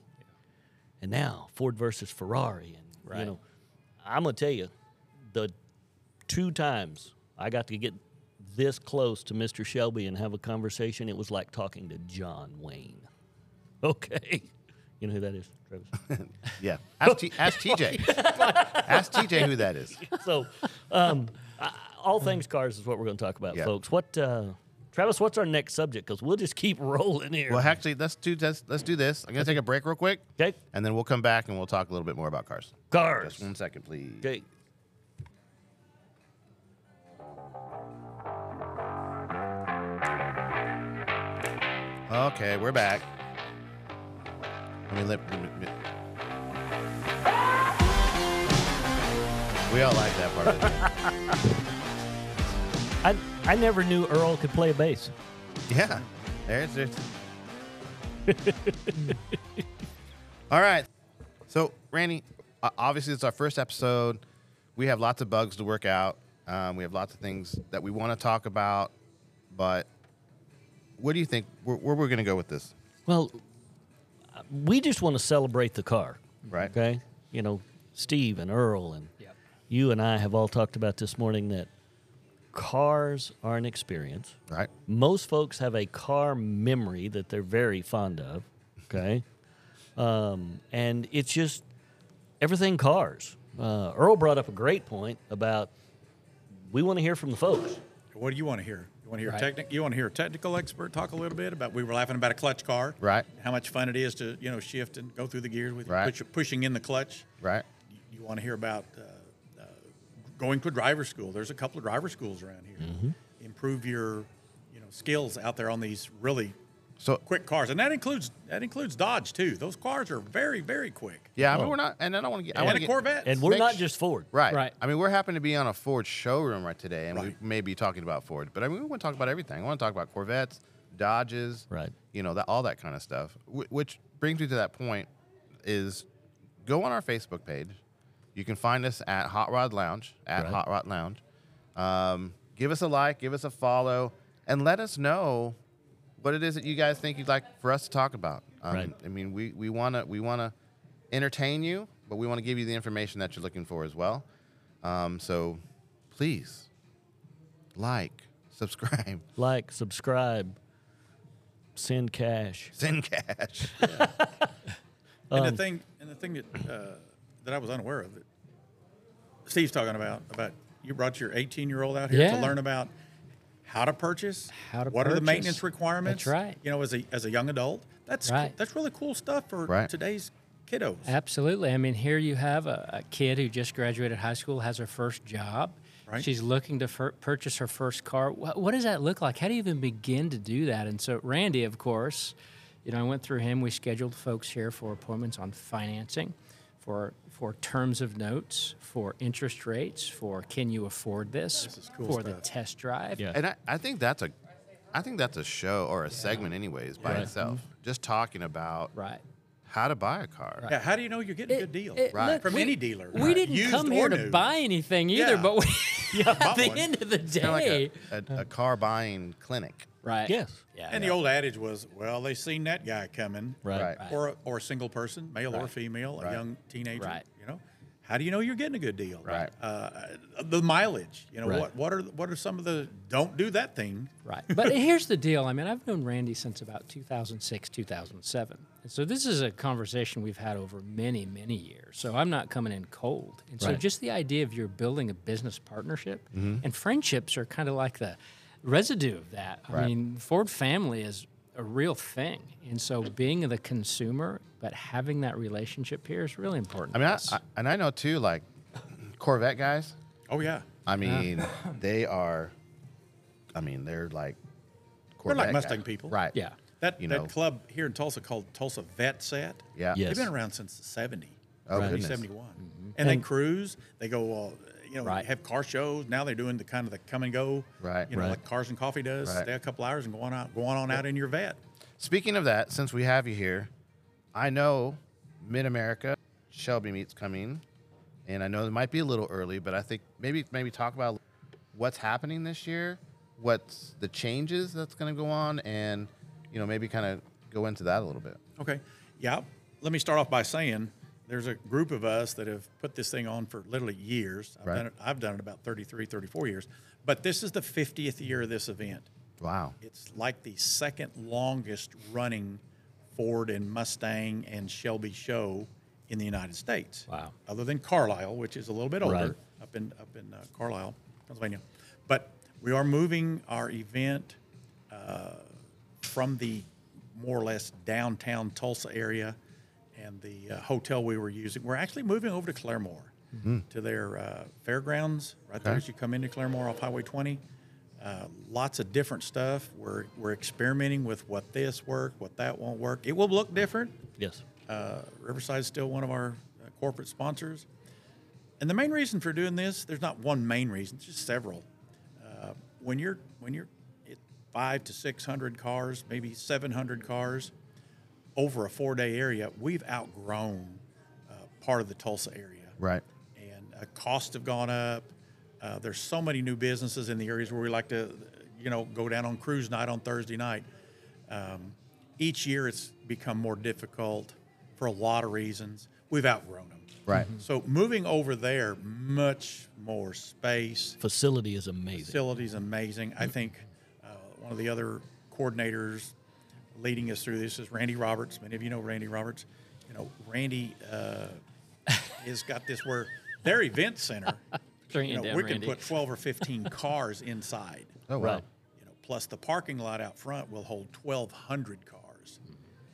Speaker 2: And now, Ford versus Ferrari. And, you
Speaker 4: Right.
Speaker 2: know, I'm going to tell you, the two times I got to get this close to Mr. Shelby and have a conversation, it was like talking to John Wayne. *laughs* Okay. You know who that is,
Speaker 1: *laughs*
Speaker 2: Travis.
Speaker 1: Yeah. Ask, T- ask *laughs* TJ. ask TJ who that is.
Speaker 2: so, um, I- all things cars is what we're going to talk about,
Speaker 1: Yeah.
Speaker 2: folks. What, uh, Travis? What's our next subject? Because we'll just keep *laughs* rolling here.
Speaker 1: Well, actually, let's do this. Let's do this. I'm gonna take a break real quick,
Speaker 2: okay,
Speaker 1: and then we'll come back and we'll talk a little bit more about cars.
Speaker 2: cars.
Speaker 1: Just one second, please.
Speaker 2: Okay.
Speaker 1: Okay, we're back. Let me let. let me- let me- We all like that part. Of it.
Speaker 2: I I never knew Earl could play bass.
Speaker 1: Yeah, there's there's. *laughs* all right, so Randy, o- obviously it's our first episode. We have lots of bugs to work out. Um, we have lots of things that we want to talk about, but what do you think? Where, where we're going to go with this?
Speaker 2: Well, uh, we just want to celebrate the car,
Speaker 1: Right.
Speaker 2: Okay, you know, Steve and Earl and
Speaker 4: Yep.
Speaker 2: you and I have all talked about this morning that cars are an experience.
Speaker 1: All right.
Speaker 2: Most folks have a car memory that they're very fond of. Okay, um, and it's just everything cars. Uh, Earl brought up a great point about we want to hear from the folks.
Speaker 3: What do you want to hear? You want to hear
Speaker 4: Right.
Speaker 3: a technic? You want to hear a technical expert talk a little bit about? We were laughing about a clutch car,
Speaker 1: Right.
Speaker 3: How much fun it is to you know shift and go through the gears with
Speaker 1: Right.
Speaker 3: push, pushing in the clutch.
Speaker 1: Right.
Speaker 3: You, want to hear about uh, uh, going to a driver school? There's a couple of driver schools around here. Improve your you know skills out there on these really
Speaker 1: So
Speaker 3: quick cars, and that includes that includes Dodge too. Those cars are very very quick.
Speaker 1: yeah, I
Speaker 2: Oh.
Speaker 1: mean we're not, and I don't want to get. I
Speaker 3: and
Speaker 1: want
Speaker 3: a
Speaker 1: to
Speaker 3: Corvette.
Speaker 2: And we're
Speaker 1: Make
Speaker 2: not
Speaker 1: sh-
Speaker 2: just Ford.
Speaker 1: Right.
Speaker 4: Right.
Speaker 1: I mean, we're happen to be on a Ford showroom right today, and
Speaker 3: Right.
Speaker 1: we may be talking about Ford, but I mean, we want to talk about everything. I want to talk about Corvettes, Dodges,
Speaker 2: Right.
Speaker 1: You know, that all that kind of stuff. Wh- which brings me to that point: is go on our Facebook page. You can find us at Hot Rod Lounge at
Speaker 2: Right.
Speaker 1: Hot Rod Lounge. Um, give us a like, give us a follow, and let us know what it is that you guys think you'd like for us to talk about. Um,
Speaker 2: Right.
Speaker 1: I mean, we we want to we want to entertain you, but we want to give you the information that you're looking for as well. Um, so please like, *laughs* subscribe,
Speaker 2: like, subscribe, send cash.
Speaker 1: send cash.
Speaker 3: And
Speaker 4: Um,
Speaker 3: the thing, and the thing that uh, that I was unaware of that Steve's talking about about you brought your 18 year old out here to
Speaker 4: Yeah.
Speaker 3: learn about how to purchase,
Speaker 4: How to
Speaker 3: what are the
Speaker 4: purchase.
Speaker 3: maintenance requirements?
Speaker 4: That's right.
Speaker 3: You know, as a as a young adult, that's
Speaker 4: Right.
Speaker 3: that's really cool stuff for
Speaker 1: Right.
Speaker 3: today's kiddos.
Speaker 4: Absolutely. I mean, here you have a, a kid who just graduated high school, has her first job.
Speaker 3: Right.
Speaker 4: She's looking to fir- purchase her first car. What, what does that look like? How do you even begin to do that? And so, Randy, of course, you know, I went through him. We scheduled folks here for appointments on financing, for for terms of notes, for interest rates, for can you afford this,
Speaker 3: cool
Speaker 4: for the
Speaker 3: stuff.
Speaker 4: test drive.
Speaker 2: Yeah.
Speaker 1: And I, I think that's a I think that's a show or a segment anyways by itself. Just talking about
Speaker 4: Right.
Speaker 1: how to buy a car.
Speaker 3: Yeah, how do you know you're getting a good deal?
Speaker 4: It-
Speaker 1: Right.
Speaker 4: look,
Speaker 3: From
Speaker 4: we-
Speaker 3: any dealer.
Speaker 4: We
Speaker 3: Right.
Speaker 4: didn't
Speaker 3: Used
Speaker 4: come
Speaker 3: or
Speaker 4: here to
Speaker 3: new.
Speaker 4: buy anything either,
Speaker 3: Yeah.
Speaker 4: but we,
Speaker 3: *laughs*
Speaker 4: *laughs* at
Speaker 3: bought
Speaker 4: the
Speaker 3: one.
Speaker 4: end of the day,
Speaker 1: Kind of like a, a, a car buying clinic.
Speaker 4: right?
Speaker 2: Yes.
Speaker 4: Yeah.
Speaker 3: And the old adage was, well, they seen that guy coming,
Speaker 2: Right.
Speaker 1: Right.
Speaker 3: Or a, or a single person, male or
Speaker 4: Right.
Speaker 3: female,
Speaker 1: Right.
Speaker 3: a young teenager.
Speaker 4: Right.
Speaker 3: You know, how do you know you're getting a good deal?
Speaker 1: Right.
Speaker 3: Uh, the mileage. You know
Speaker 2: Right.
Speaker 3: what? What are what are some of the don't do that thing?
Speaker 4: Right. But *laughs* here's the deal. I mean, I've known Randy since about 2006, 2007. And so this is a conversation we've had over many, many years. So I'm not coming in cold. And so
Speaker 2: Right.
Speaker 4: just the idea of you're building a business partnership
Speaker 1: Mm-hmm.
Speaker 4: and friendships are kind of like the residue of that. I mean, Ford family is a real thing. And so being the consumer, but having that relationship here is really important.
Speaker 1: I mean,
Speaker 4: to
Speaker 1: I,
Speaker 4: us.
Speaker 1: I, and I know too, like Corvette guys.
Speaker 3: Oh yeah.
Speaker 1: I mean, they are. I mean, they're like. Corvette guys.
Speaker 3: Mustang people.
Speaker 1: right?
Speaker 4: Yeah.
Speaker 3: That
Speaker 1: You
Speaker 3: that
Speaker 1: know.
Speaker 3: club here in Tulsa called Tulsa Vet Set.
Speaker 1: Yeah.
Speaker 2: Yes.
Speaker 3: They've been around since the 70.
Speaker 1: Oh,
Speaker 3: maybe
Speaker 1: goodness. Mm-hmm.
Speaker 3: 71. And, they cruise. They go, all you know,
Speaker 4: Right.
Speaker 3: have car shows. Now they're doing the kind of the come and go.
Speaker 1: Right.
Speaker 3: You know,
Speaker 2: Right.
Speaker 3: like Cars and Coffee does.
Speaker 1: Right.
Speaker 3: Stay a couple hours and go on out, go on, on out in your vet.
Speaker 1: Speaking of that, since we have you here, I know Mid America Shelby meets coming, and I know it might be a little early, but I think maybe maybe talk about what's happening this year, what's the changes that's going to go on, and you know maybe kind of go into that a little bit.
Speaker 3: Okay. Yeah. Let me start off by saying there's a group of us that have put this thing on for literally years. I've,
Speaker 1: Right.
Speaker 3: done, it, I've done it about 33, 34 years. But this is the 50th year of this event.
Speaker 1: Wow.
Speaker 3: It's like the second longest running Ford and Mustang and Shelby show in the United States.
Speaker 2: Wow.
Speaker 3: Other than Carlisle, which is a little bit older
Speaker 2: Right.
Speaker 3: up in up in uh, Carlisle, Pennsylvania, but we are moving our event uh, from the more or less downtown Tulsa area and the uh, hotel we were using. We're actually moving over to Claremore to their uh, fairgrounds right there
Speaker 1: Okay.
Speaker 3: as you come into Claremore off Highway 20. Uh, lots of different stuff. We're, we're experimenting with what this work, what that won't work. It will look different.
Speaker 2: Yes.
Speaker 3: Uh, Riverside's still one of our uh, corporate sponsors. And the main reason for doing this, there's not one main reason, just several. Uh, when you're when you're at five to six hundred cars, maybe seven hundred cars, over a four day area, we've outgrown uh, part of the Tulsa area.
Speaker 1: Right.
Speaker 3: And uh, costs have gone up. Uh, there's so many new businesses in the areas where we like to, you know, go down on cruise night on Thursday night. Um, each year, it's become more difficult for a lot of reasons. We've outgrown them.
Speaker 1: Right.
Speaker 3: So moving over there, much more space.
Speaker 2: Facility is amazing.
Speaker 3: Facility's amazing. I think uh, one of the other coordinators leading us through this is Randy Roberts. Many of you know Randy Roberts. You know, Randy uh, has got this where their event center,
Speaker 4: Bring
Speaker 3: you
Speaker 4: it
Speaker 3: know,
Speaker 4: down,
Speaker 3: we can
Speaker 4: Randy.
Speaker 3: put 12 or 15 cars inside.
Speaker 1: Oh, wow.
Speaker 2: Right.
Speaker 3: You know, plus the parking lot out front will hold 1,200 cars.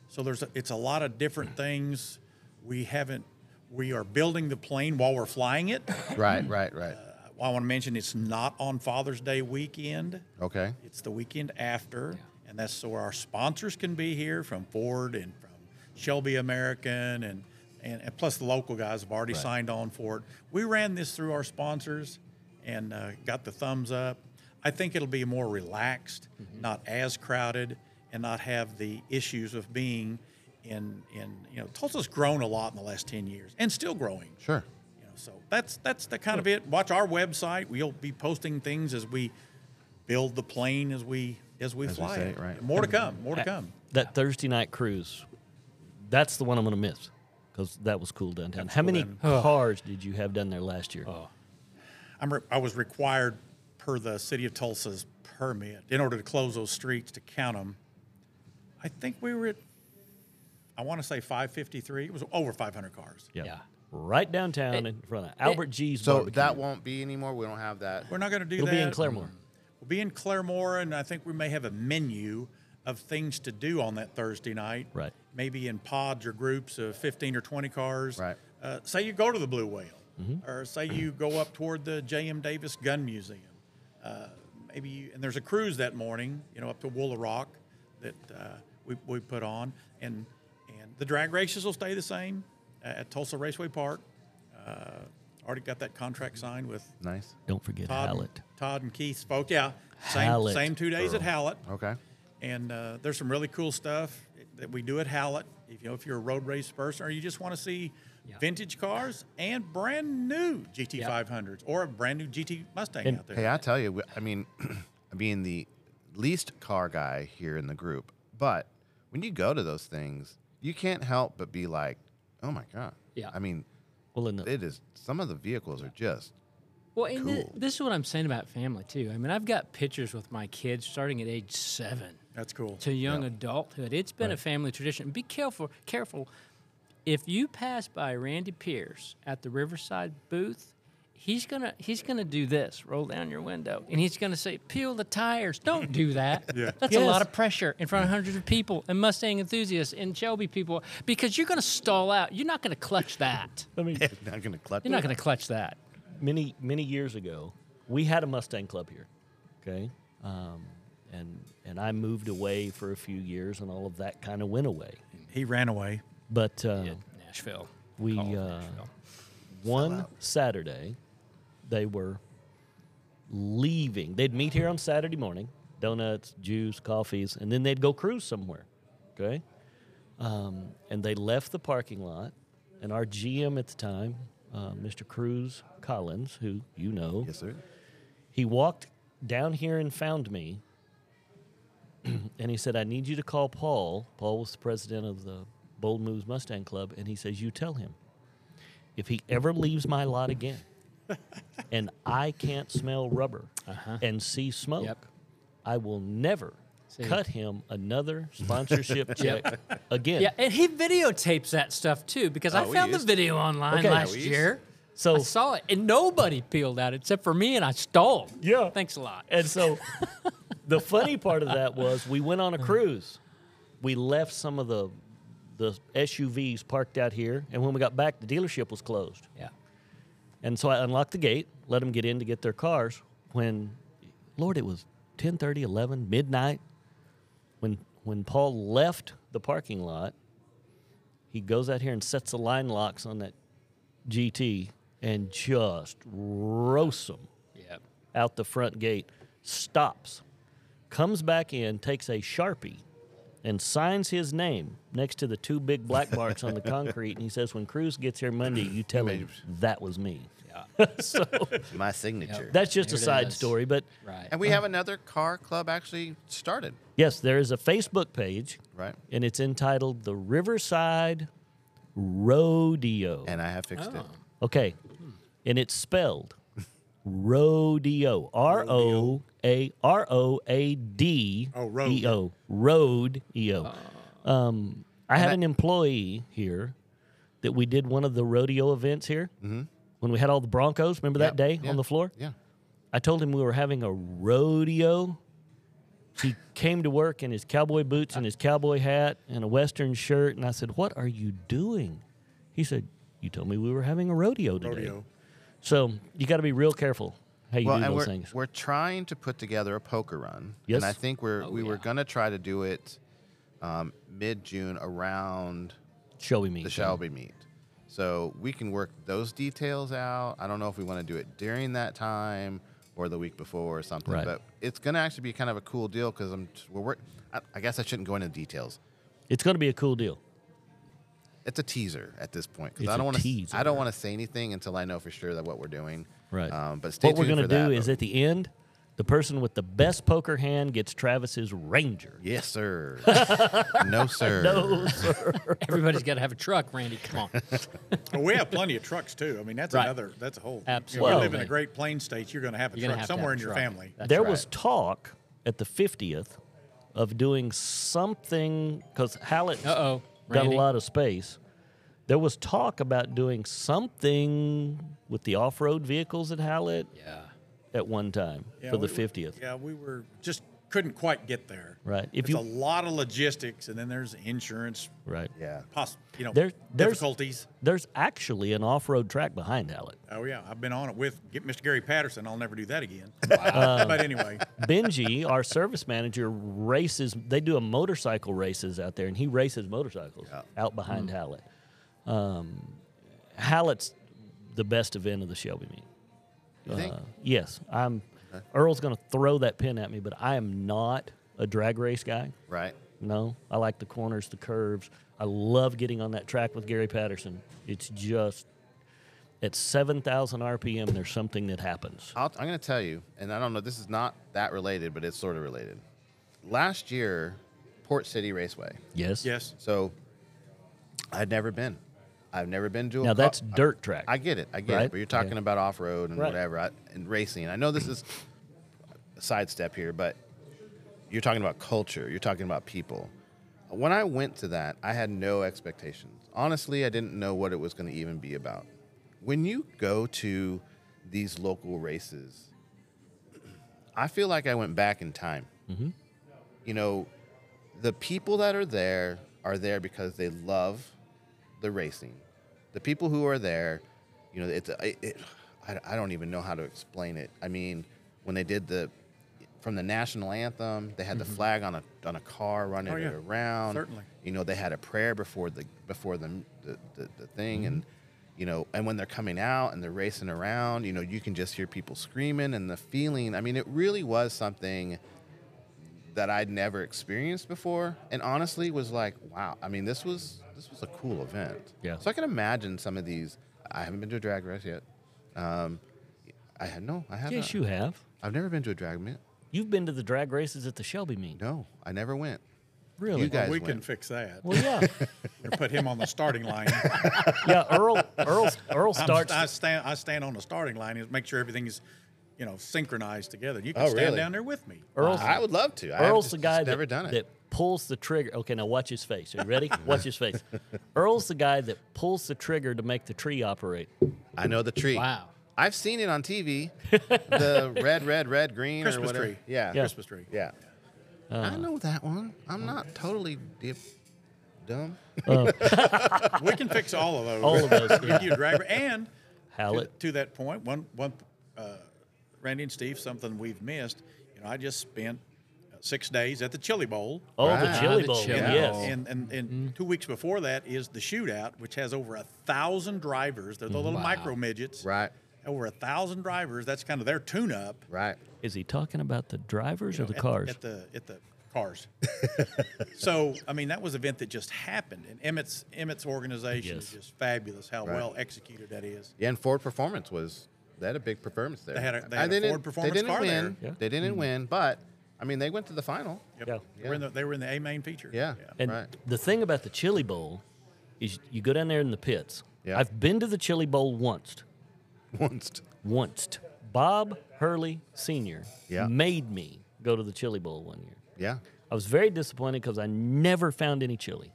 Speaker 3: So there's a, it's a lot of different things. We haven't. We are building the plane while we're flying it. Uh,
Speaker 4: Mm.
Speaker 1: Right, right, right.
Speaker 3: I want to mention it's not on Father's Day weekend.
Speaker 1: Okay.
Speaker 3: It's the weekend after, and that's so our sponsors can be here from Ford and from Shelby American, and and, and plus the local guys have already signed on for it. We ran this through our sponsors, and uh, got the thumbs up. I think it'll be more relaxed, not as crowded, and not have the issues of being in in you know Tulsa's grown a lot in the last ten years and still growing.
Speaker 1: Sure.
Speaker 3: You know, so that's that's the kind of it. Watch our website. We'll be posting things as we build the plane as we as we
Speaker 1: As we
Speaker 3: fly
Speaker 1: say
Speaker 3: it.
Speaker 1: it, right.
Speaker 3: More to come. More to come.
Speaker 2: That Thursday night cruise, that's the one I'm going to miss because that was cool downtown. How many cars did you have down there last year?
Speaker 3: I'm re- I was required per the city of Tulsa's permit in order to close those streets to count them. I think we were at I want to say 553. It was over 500 cars.
Speaker 2: Yeah.
Speaker 4: Yeah.
Speaker 2: Right downtown
Speaker 4: It-
Speaker 2: in front of Albert G's.
Speaker 1: So
Speaker 2: barbecue.
Speaker 1: that won't be anymore. We don't have that.
Speaker 3: We're not going to do
Speaker 2: It'll
Speaker 3: that.
Speaker 2: be in Claremore.
Speaker 3: We'll be in Claremore, and I think we may have a menu of things to do on that Thursday night.
Speaker 2: Right.
Speaker 3: Maybe in pods or groups of 15 or 20 cars.
Speaker 1: Right.
Speaker 3: Uh, say you go to the Blue Whale, or say you go up toward the J.M. Davis Gun Museum. Uh, maybe you, and there's a cruise that morning, you know, up to Wooler Rock that uh, we, we put on, and and the drag races will stay the same uh, at Tulsa Raceway Park. Uh, already got that contract signed with
Speaker 1: Nice.
Speaker 2: Don't forget
Speaker 3: Todd,
Speaker 2: Hallett.
Speaker 3: Todd and Keith spoke. Yeah, same
Speaker 2: Hallett,
Speaker 3: same two days at Hallett,
Speaker 1: Okay.
Speaker 3: and uh, there's some really cool stuff that we do at Hallett. If you know if you're a road race person or you just want to see vintage cars and brand new GT500s or a brand new GT Mustang out there.
Speaker 1: Hey, I tell you, we- I mean, *clears throat* being the least car guy here in the group, but when you go to those things, you can't help but be like, "Oh my god!"
Speaker 4: Yeah.
Speaker 1: I mean,
Speaker 2: Well, in the,
Speaker 1: it is. Some of the vehicles are just *laughs*
Speaker 4: Well, and thi-
Speaker 1: Cool.
Speaker 4: this is what I'm saying about family too. I mean, I've got pictures with my kids starting at age seven
Speaker 3: That's cool.
Speaker 4: to young adulthood. It's been a family tradition. Be careful, careful. If you pass by Randy Pierce at the Riverside booth, he's gonna he's gonna do this. Roll down your window, and he's gonna say, "Peel the tires." Don't
Speaker 3: *laughs*
Speaker 4: do that. That's a lot of pressure in front of hundreds of people and Mustang enthusiasts and Shelby people because you're gonna stall out. You're not gonna clutch that.
Speaker 2: I mean,
Speaker 1: not going to clutch.
Speaker 4: You're not gonna clutch that.
Speaker 2: many many years ago, we had a Mustang club here. Okay, um, and and I moved away for a few years, and all of that kind of went away.
Speaker 3: He ran away.
Speaker 2: But uh,
Speaker 4: Um, Nashville.
Speaker 2: we
Speaker 4: Call
Speaker 2: uh, one Saturday they were leaving. They'd meet here on Saturday morning, donuts, juice, coffees, and then they'd go cruise somewhere. Okay, um, and they left the parking lot, and our GM at the time, uh, Mr. Cruz Collins, who you know,
Speaker 1: Yes, sir.
Speaker 2: he walked down here and found me. *clears throat* and he said, I need you to call Paul. Paul was the president of the Bold Moves Mustang Club. And he says, You tell him if he ever leaves my lot
Speaker 4: *laughs*
Speaker 2: again and I can't smell rubber and see smoke,
Speaker 4: Uh-huh. Yep.
Speaker 2: I will never cut him another
Speaker 4: *laughs*
Speaker 2: sponsorship check again.
Speaker 4: Yeah, and he videotapes that stuff too because I
Speaker 3: Oh, we
Speaker 4: found the
Speaker 3: used to.
Speaker 4: video online
Speaker 2: Okay. Yeah,
Speaker 4: last
Speaker 3: we used to.
Speaker 4: year.
Speaker 2: So
Speaker 4: I saw it, and nobody peeled out except for me, and I stole.
Speaker 2: Yeah.
Speaker 4: thanks a lot.
Speaker 2: And so the funny part of that was we went on a cruise. We left some of the the SUVs parked out here, and when we got back, the dealership was closed.
Speaker 4: Yeah,
Speaker 2: And so I unlocked the gate, let them get in to get their cars. When, Lord, it was 10:30, 11, midnight. When when Paul left the parking lot, he goes out here and sets the line locks on that GT and just roasts them
Speaker 4: yeah.
Speaker 2: out the front gate, stops, comes back in, takes a sharpie, and signs his name next to the two big black marks on the concrete. And he says, "When Cruz gets here Monday, you tell him that was me."
Speaker 1: My signature.
Speaker 2: That's just
Speaker 4: There
Speaker 2: a
Speaker 4: it
Speaker 2: side
Speaker 4: is.
Speaker 2: story, but
Speaker 4: Right.
Speaker 1: and we have another car club actually started,
Speaker 2: yes, there is a Facebook page,
Speaker 1: right?
Speaker 2: and it's entitled "The Riverside Rodeo."
Speaker 1: And I have fixed
Speaker 4: Oh.
Speaker 1: it.
Speaker 2: Okay, and it's spelled rodeo. R O A R O A D
Speaker 3: Oh, road.
Speaker 2: E O road E O. Um, I had
Speaker 1: I-
Speaker 2: an employee here that we did one of the rodeo events here when we had all the Broncos. Remember
Speaker 1: Mm-hmm. Yep,
Speaker 2: that day
Speaker 1: yeah,
Speaker 2: on the floor?
Speaker 1: Yeah.
Speaker 2: I told him we were having a rodeo. He came to work in his cowboy boots and his cowboy hat and a western shirt, and I said, "What are you doing?" He said, "You told me we were having a rodeo today."
Speaker 3: rodeo.
Speaker 2: So you got to be real careful how you
Speaker 1: well,
Speaker 2: do
Speaker 1: and
Speaker 2: those
Speaker 1: we're,
Speaker 2: things.
Speaker 1: we're trying to put together a poker run.
Speaker 2: Yes.
Speaker 1: And I think we're we were
Speaker 4: yeah.
Speaker 1: gonna try to do it um, mid June around
Speaker 2: Shelby meet.
Speaker 1: the Shelby meet. So we can work those details out. I don't know if we want to do it during that time or the week before or something,
Speaker 2: Right.
Speaker 1: but it's going to actually be kind of a cool deal because I'm just- we're, work- I, I guess I shouldn't go into details.
Speaker 2: It's going to be a cool deal.
Speaker 1: It's a teaser at this point because
Speaker 2: It's
Speaker 1: I
Speaker 2: a
Speaker 1: don't want to
Speaker 2: teaser.
Speaker 1: I don't want to say anything until I know for sure that what we're doing.
Speaker 2: Right.
Speaker 1: Um, but stay
Speaker 2: What we're
Speaker 1: tuned
Speaker 2: going to
Speaker 1: for
Speaker 2: do
Speaker 1: that.
Speaker 2: is at the end, the person with the best poker hand gets Travis's Ranger.
Speaker 1: yes,
Speaker 2: *laughs*
Speaker 1: sir. no, sir.
Speaker 2: No, sir.
Speaker 4: Everybody's got to have a truck, Randy. Come on.
Speaker 3: Well, Oh, we have plenty of trucks too. I mean, that's
Speaker 4: Right.
Speaker 3: another. That's a whole. You,
Speaker 4: Absolutely.
Speaker 3: know, you live in a great plain state. You're going to have a
Speaker 4: You're gonna
Speaker 3: truck
Speaker 4: have to
Speaker 3: somewhere
Speaker 4: have
Speaker 3: in
Speaker 4: a
Speaker 3: your
Speaker 4: truck.
Speaker 3: family.
Speaker 4: That's
Speaker 2: there
Speaker 4: right.
Speaker 2: was talk at the 50th of doing something because Hallett's
Speaker 4: Uh-oh,
Speaker 2: got a
Speaker 4: Randy.
Speaker 2: lot of space. There was talk about doing something with the off-road vehicles at Hallett
Speaker 4: Yeah.
Speaker 2: at one time
Speaker 3: Yeah,
Speaker 2: for the
Speaker 3: we-
Speaker 2: 50th.
Speaker 3: Yeah, we were just couldn't quite get there.
Speaker 2: Right. If
Speaker 3: It's
Speaker 2: you-
Speaker 3: a lot of logistics, and then there's insurance,
Speaker 2: Right.
Speaker 1: Yeah.
Speaker 3: poss- you know,
Speaker 2: There- there's-
Speaker 3: difficulties.
Speaker 2: There's actually an off-road track behind Hallett.
Speaker 3: Oh yeah, I've been on it with get Mr. Gary Patterson. I'll never do that
Speaker 1: *laughs*
Speaker 3: again. but anyway,
Speaker 4: *laughs*
Speaker 2: Benji, our service manager, races. They do a motorcycle races out there, and he races motorcycles out
Speaker 4: Mm.
Speaker 2: behind Hallett. Um, Hallett's the best event of the Shelby meet.
Speaker 1: You
Speaker 2: Uh-huh.
Speaker 1: think?
Speaker 2: Yes, I'm. Earl's going to throw that pin at me, but I am not a drag race guy.
Speaker 1: Right.
Speaker 2: No, I like the corners, the curves. I love getting on that track with Gary Patterson. It's just at seven thousand RPM, there's something that happens.
Speaker 1: I'll, I'm going to tell you, and I don't know, this is not that related, but it's sort of related. Last year, Port City Raceway.
Speaker 2: Yes.
Speaker 3: yes,
Speaker 1: So I'd never been. I've never been to a
Speaker 2: Now
Speaker 1: co-
Speaker 2: that's dirt track.
Speaker 1: Oh, I get it. I get
Speaker 2: Right?
Speaker 1: it. But you're talking
Speaker 2: Okay.
Speaker 1: about off road and
Speaker 2: Right.
Speaker 1: whatever I, and racing. I know this is a sidestep here, but you're talking about culture. You're talking about people. When I went to that, I had no expectations. Honestly, I didn't know what it was going to even be about. When you go to these local races, I feel like I went back in time.
Speaker 3: Mm-hmm.
Speaker 1: You know, the people that are there are there because they love the racing. The people who are there, you know, it's it, it, I, I don't even know how to explain it. I mean, when they did the from the national anthem, they had the flag on a on a car running
Speaker 3: Mm-hmm. Oh, yeah.
Speaker 1: it around.
Speaker 3: Certainly.
Speaker 1: you know, they had a prayer before the before the the, the, the thing, and
Speaker 2: Mm-hmm.
Speaker 1: you know, and when they're coming out and they're racing around, you know, you can just hear people screaming and the feeling. I mean, it really was something that I'd never experienced before, and honestly was like, wow. I mean, this was this was a cool event.
Speaker 2: Yeah.
Speaker 1: So I can imagine some of these. I haven't been to a drag race yet. Um, I had no. I haven't.
Speaker 2: Yes, you have.
Speaker 1: I've never been to a drag meet.
Speaker 2: You've been to the drag races at the Shelby meet.
Speaker 1: No, I never went.
Speaker 2: Really?
Speaker 1: You guys
Speaker 3: we
Speaker 1: win.
Speaker 3: can fix that.
Speaker 2: Well, yeah,
Speaker 3: Or put him on the starting line.
Speaker 2: *laughs* yeah. Earl, Earl, Earl
Speaker 3: I'm-
Speaker 2: starts.
Speaker 3: I stand. I stand on the starting line and make sure everything is you know, synchronized together. You can
Speaker 1: Oh,
Speaker 3: stand
Speaker 1: really?
Speaker 3: down there with me.
Speaker 2: Earl's,
Speaker 1: I would love to. I've
Speaker 2: Earl's
Speaker 1: just-
Speaker 2: the
Speaker 1: just
Speaker 2: guy that,
Speaker 1: never done it.
Speaker 2: that pulls the trigger. Okay, now watch his face. Are you ready? watch his face. *laughs* Earl's the guy that pulls the trigger to make the tree operate.
Speaker 1: I know the tree.
Speaker 4: Wow.
Speaker 1: I've seen it on
Speaker 4: *laughs*
Speaker 1: TV. the red, red, red, green
Speaker 3: Christmas
Speaker 1: or whatever.
Speaker 3: tree.
Speaker 1: Yeah.
Speaker 2: Yeah.
Speaker 3: Christmas tree.
Speaker 1: Yeah.
Speaker 4: Uh.
Speaker 1: I know that one. I'm not totally dip, dumb.
Speaker 3: We can fix
Speaker 2: *laughs*
Speaker 3: all of those.
Speaker 2: All of those, yeah.
Speaker 3: *laughs* If you drag and to,
Speaker 2: Hallett.
Speaker 3: to that point, one one uh, Randy and Steve, something we've missed. You know, I just spent uh, six days at the Chili Bowl.
Speaker 2: Oh,
Speaker 1: Right.
Speaker 2: the chili
Speaker 4: The
Speaker 2: bowl.
Speaker 4: chili
Speaker 2: Yes.
Speaker 4: bowl.
Speaker 3: And and, and
Speaker 2: Mm-hmm.
Speaker 3: two weeks before that is the shootout, which has over a thousand drivers. They're the little micro midgets.
Speaker 1: Right.
Speaker 3: Over a thousand drivers. That's kind of their tune-up.
Speaker 1: Right.
Speaker 2: Is he talking about the drivers or the
Speaker 3: at-
Speaker 2: cars?
Speaker 3: at, the at the cars. *laughs* so I mean that was an event that just happened, and Emmett's Emmett's organization is
Speaker 2: Yes.
Speaker 3: just fabulous. How
Speaker 1: Right.
Speaker 3: well executed that is.
Speaker 1: Yeah, and Ford Performance was they had a big performance there.
Speaker 3: They had a- they
Speaker 1: I
Speaker 3: had a
Speaker 1: didn't-
Speaker 3: Ford Performance
Speaker 1: They didn't
Speaker 3: car
Speaker 1: win.
Speaker 2: there. Yeah.
Speaker 1: They
Speaker 4: Mm.
Speaker 1: didn't win, but I mean they went to the final. *laughs*
Speaker 3: Yep.
Speaker 2: Yeah.
Speaker 3: They, were in the, they were in the A main feature.
Speaker 1: Yeah.
Speaker 2: And
Speaker 1: right.
Speaker 2: the thing about the chili bowl is you go down there in the pits.
Speaker 1: Yeah.
Speaker 2: I've been to the chili bowl once.
Speaker 1: Once.
Speaker 2: Once. Bob Hurley Sr.
Speaker 1: Yeah.
Speaker 2: made me go to the chili bowl one year.
Speaker 1: Yeah.
Speaker 2: I was very disappointed because I never found any chili.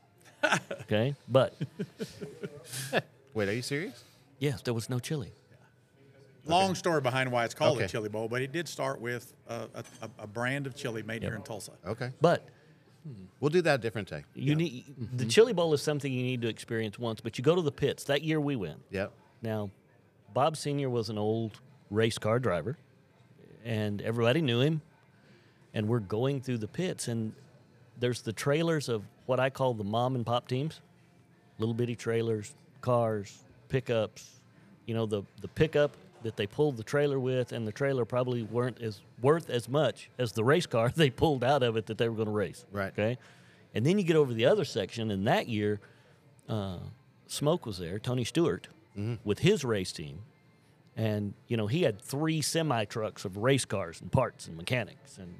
Speaker 2: okay. But
Speaker 1: Wait, are you serious?
Speaker 2: yes, there was no chili.
Speaker 3: Long story behind why it's called
Speaker 1: Okay.
Speaker 3: a chili bowl, but it did start with uh, a, a, a brand of chili made here in Tulsa.
Speaker 1: Okay.
Speaker 2: But
Speaker 1: We'll do that a different day.
Speaker 2: you need the chili bowl is something you need to experience once, but you go to the pits. That year we went.
Speaker 1: Yep.
Speaker 2: Now, Bob Sr. was an old race car driver, and everybody knew him. And we're going through the pits, and there's the trailers of what I call the mom and pop teams little bitty trailers, cars, pickups. You know, the, the pickup that they pulled the trailer with, and the trailer probably weren't as worth as much as the race car *laughs* they pulled out of it that they were going to race.
Speaker 1: Right.
Speaker 2: Okay. And then you get over to the other section, and that year, uh, Smoke was there, Tony Stewart, with his race team. And, you know, he had three semi trucks of race cars and parts and mechanics. And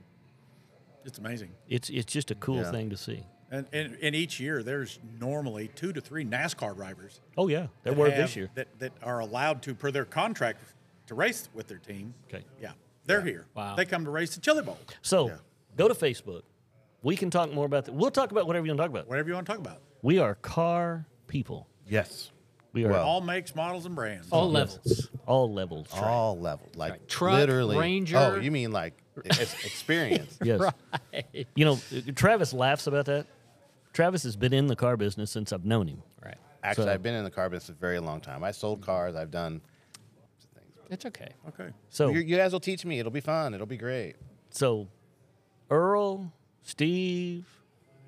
Speaker 3: It's amazing.
Speaker 2: it's, it's just a cool
Speaker 1: Yeah.
Speaker 2: thing to see.
Speaker 3: And, and and each year there's normally two to three NASCAR drivers
Speaker 2: Oh, yeah. They
Speaker 3: that
Speaker 2: were
Speaker 3: have-
Speaker 2: this year.
Speaker 3: that that are allowed to per their contract to race with their team.
Speaker 2: Okay.
Speaker 3: Yeah. They're here.
Speaker 4: Wow.
Speaker 3: They come to race the chili bowl.
Speaker 2: So go to Facebook. We can talk more about that. We'll talk about whatever you want to talk about.
Speaker 3: Whatever you want to talk about.
Speaker 2: We are car people.
Speaker 1: Yes.
Speaker 2: We are
Speaker 1: Well-
Speaker 2: all,
Speaker 3: All makes, models, and brands.
Speaker 4: All levels.
Speaker 2: all levels.
Speaker 1: All levels, like
Speaker 4: Truck,
Speaker 1: literally. Oh,
Speaker 4: Ranger.
Speaker 1: you mean like it's experience?
Speaker 2: Yes. You know, Travis laughs about that. Travis has been in the car business since I've known him.
Speaker 4: Right.
Speaker 1: Actually,
Speaker 2: So-
Speaker 1: I've been in the car business a very long time. I sold cars. I've done.
Speaker 4: It's okay.
Speaker 3: Okay.
Speaker 2: So
Speaker 1: You, you guys will teach me. It'll be fun. It'll be great.
Speaker 2: So, Earl, Steve,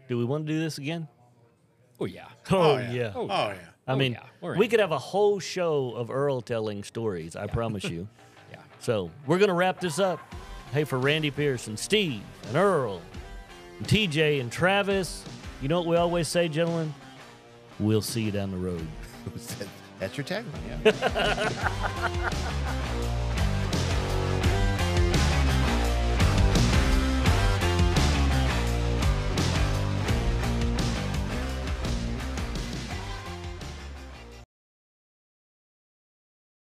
Speaker 2: do we want to do this again?
Speaker 4: Oh yeah.
Speaker 2: Oh,
Speaker 3: Oh, yeah.
Speaker 2: I
Speaker 4: Oh,
Speaker 2: mean,
Speaker 4: yeah. We're
Speaker 2: we
Speaker 4: in.
Speaker 2: could have a whole show of Earl telling stories, I promise
Speaker 4: *laughs*
Speaker 2: you.
Speaker 4: Yeah.
Speaker 2: So, we're going to wrap this up. Hey, for Randy Pierce and Steve and Earl and TJ and Travis, you know what we always say, gentlemen? We'll see you down the road.
Speaker 1: That's your tagline. Yeah.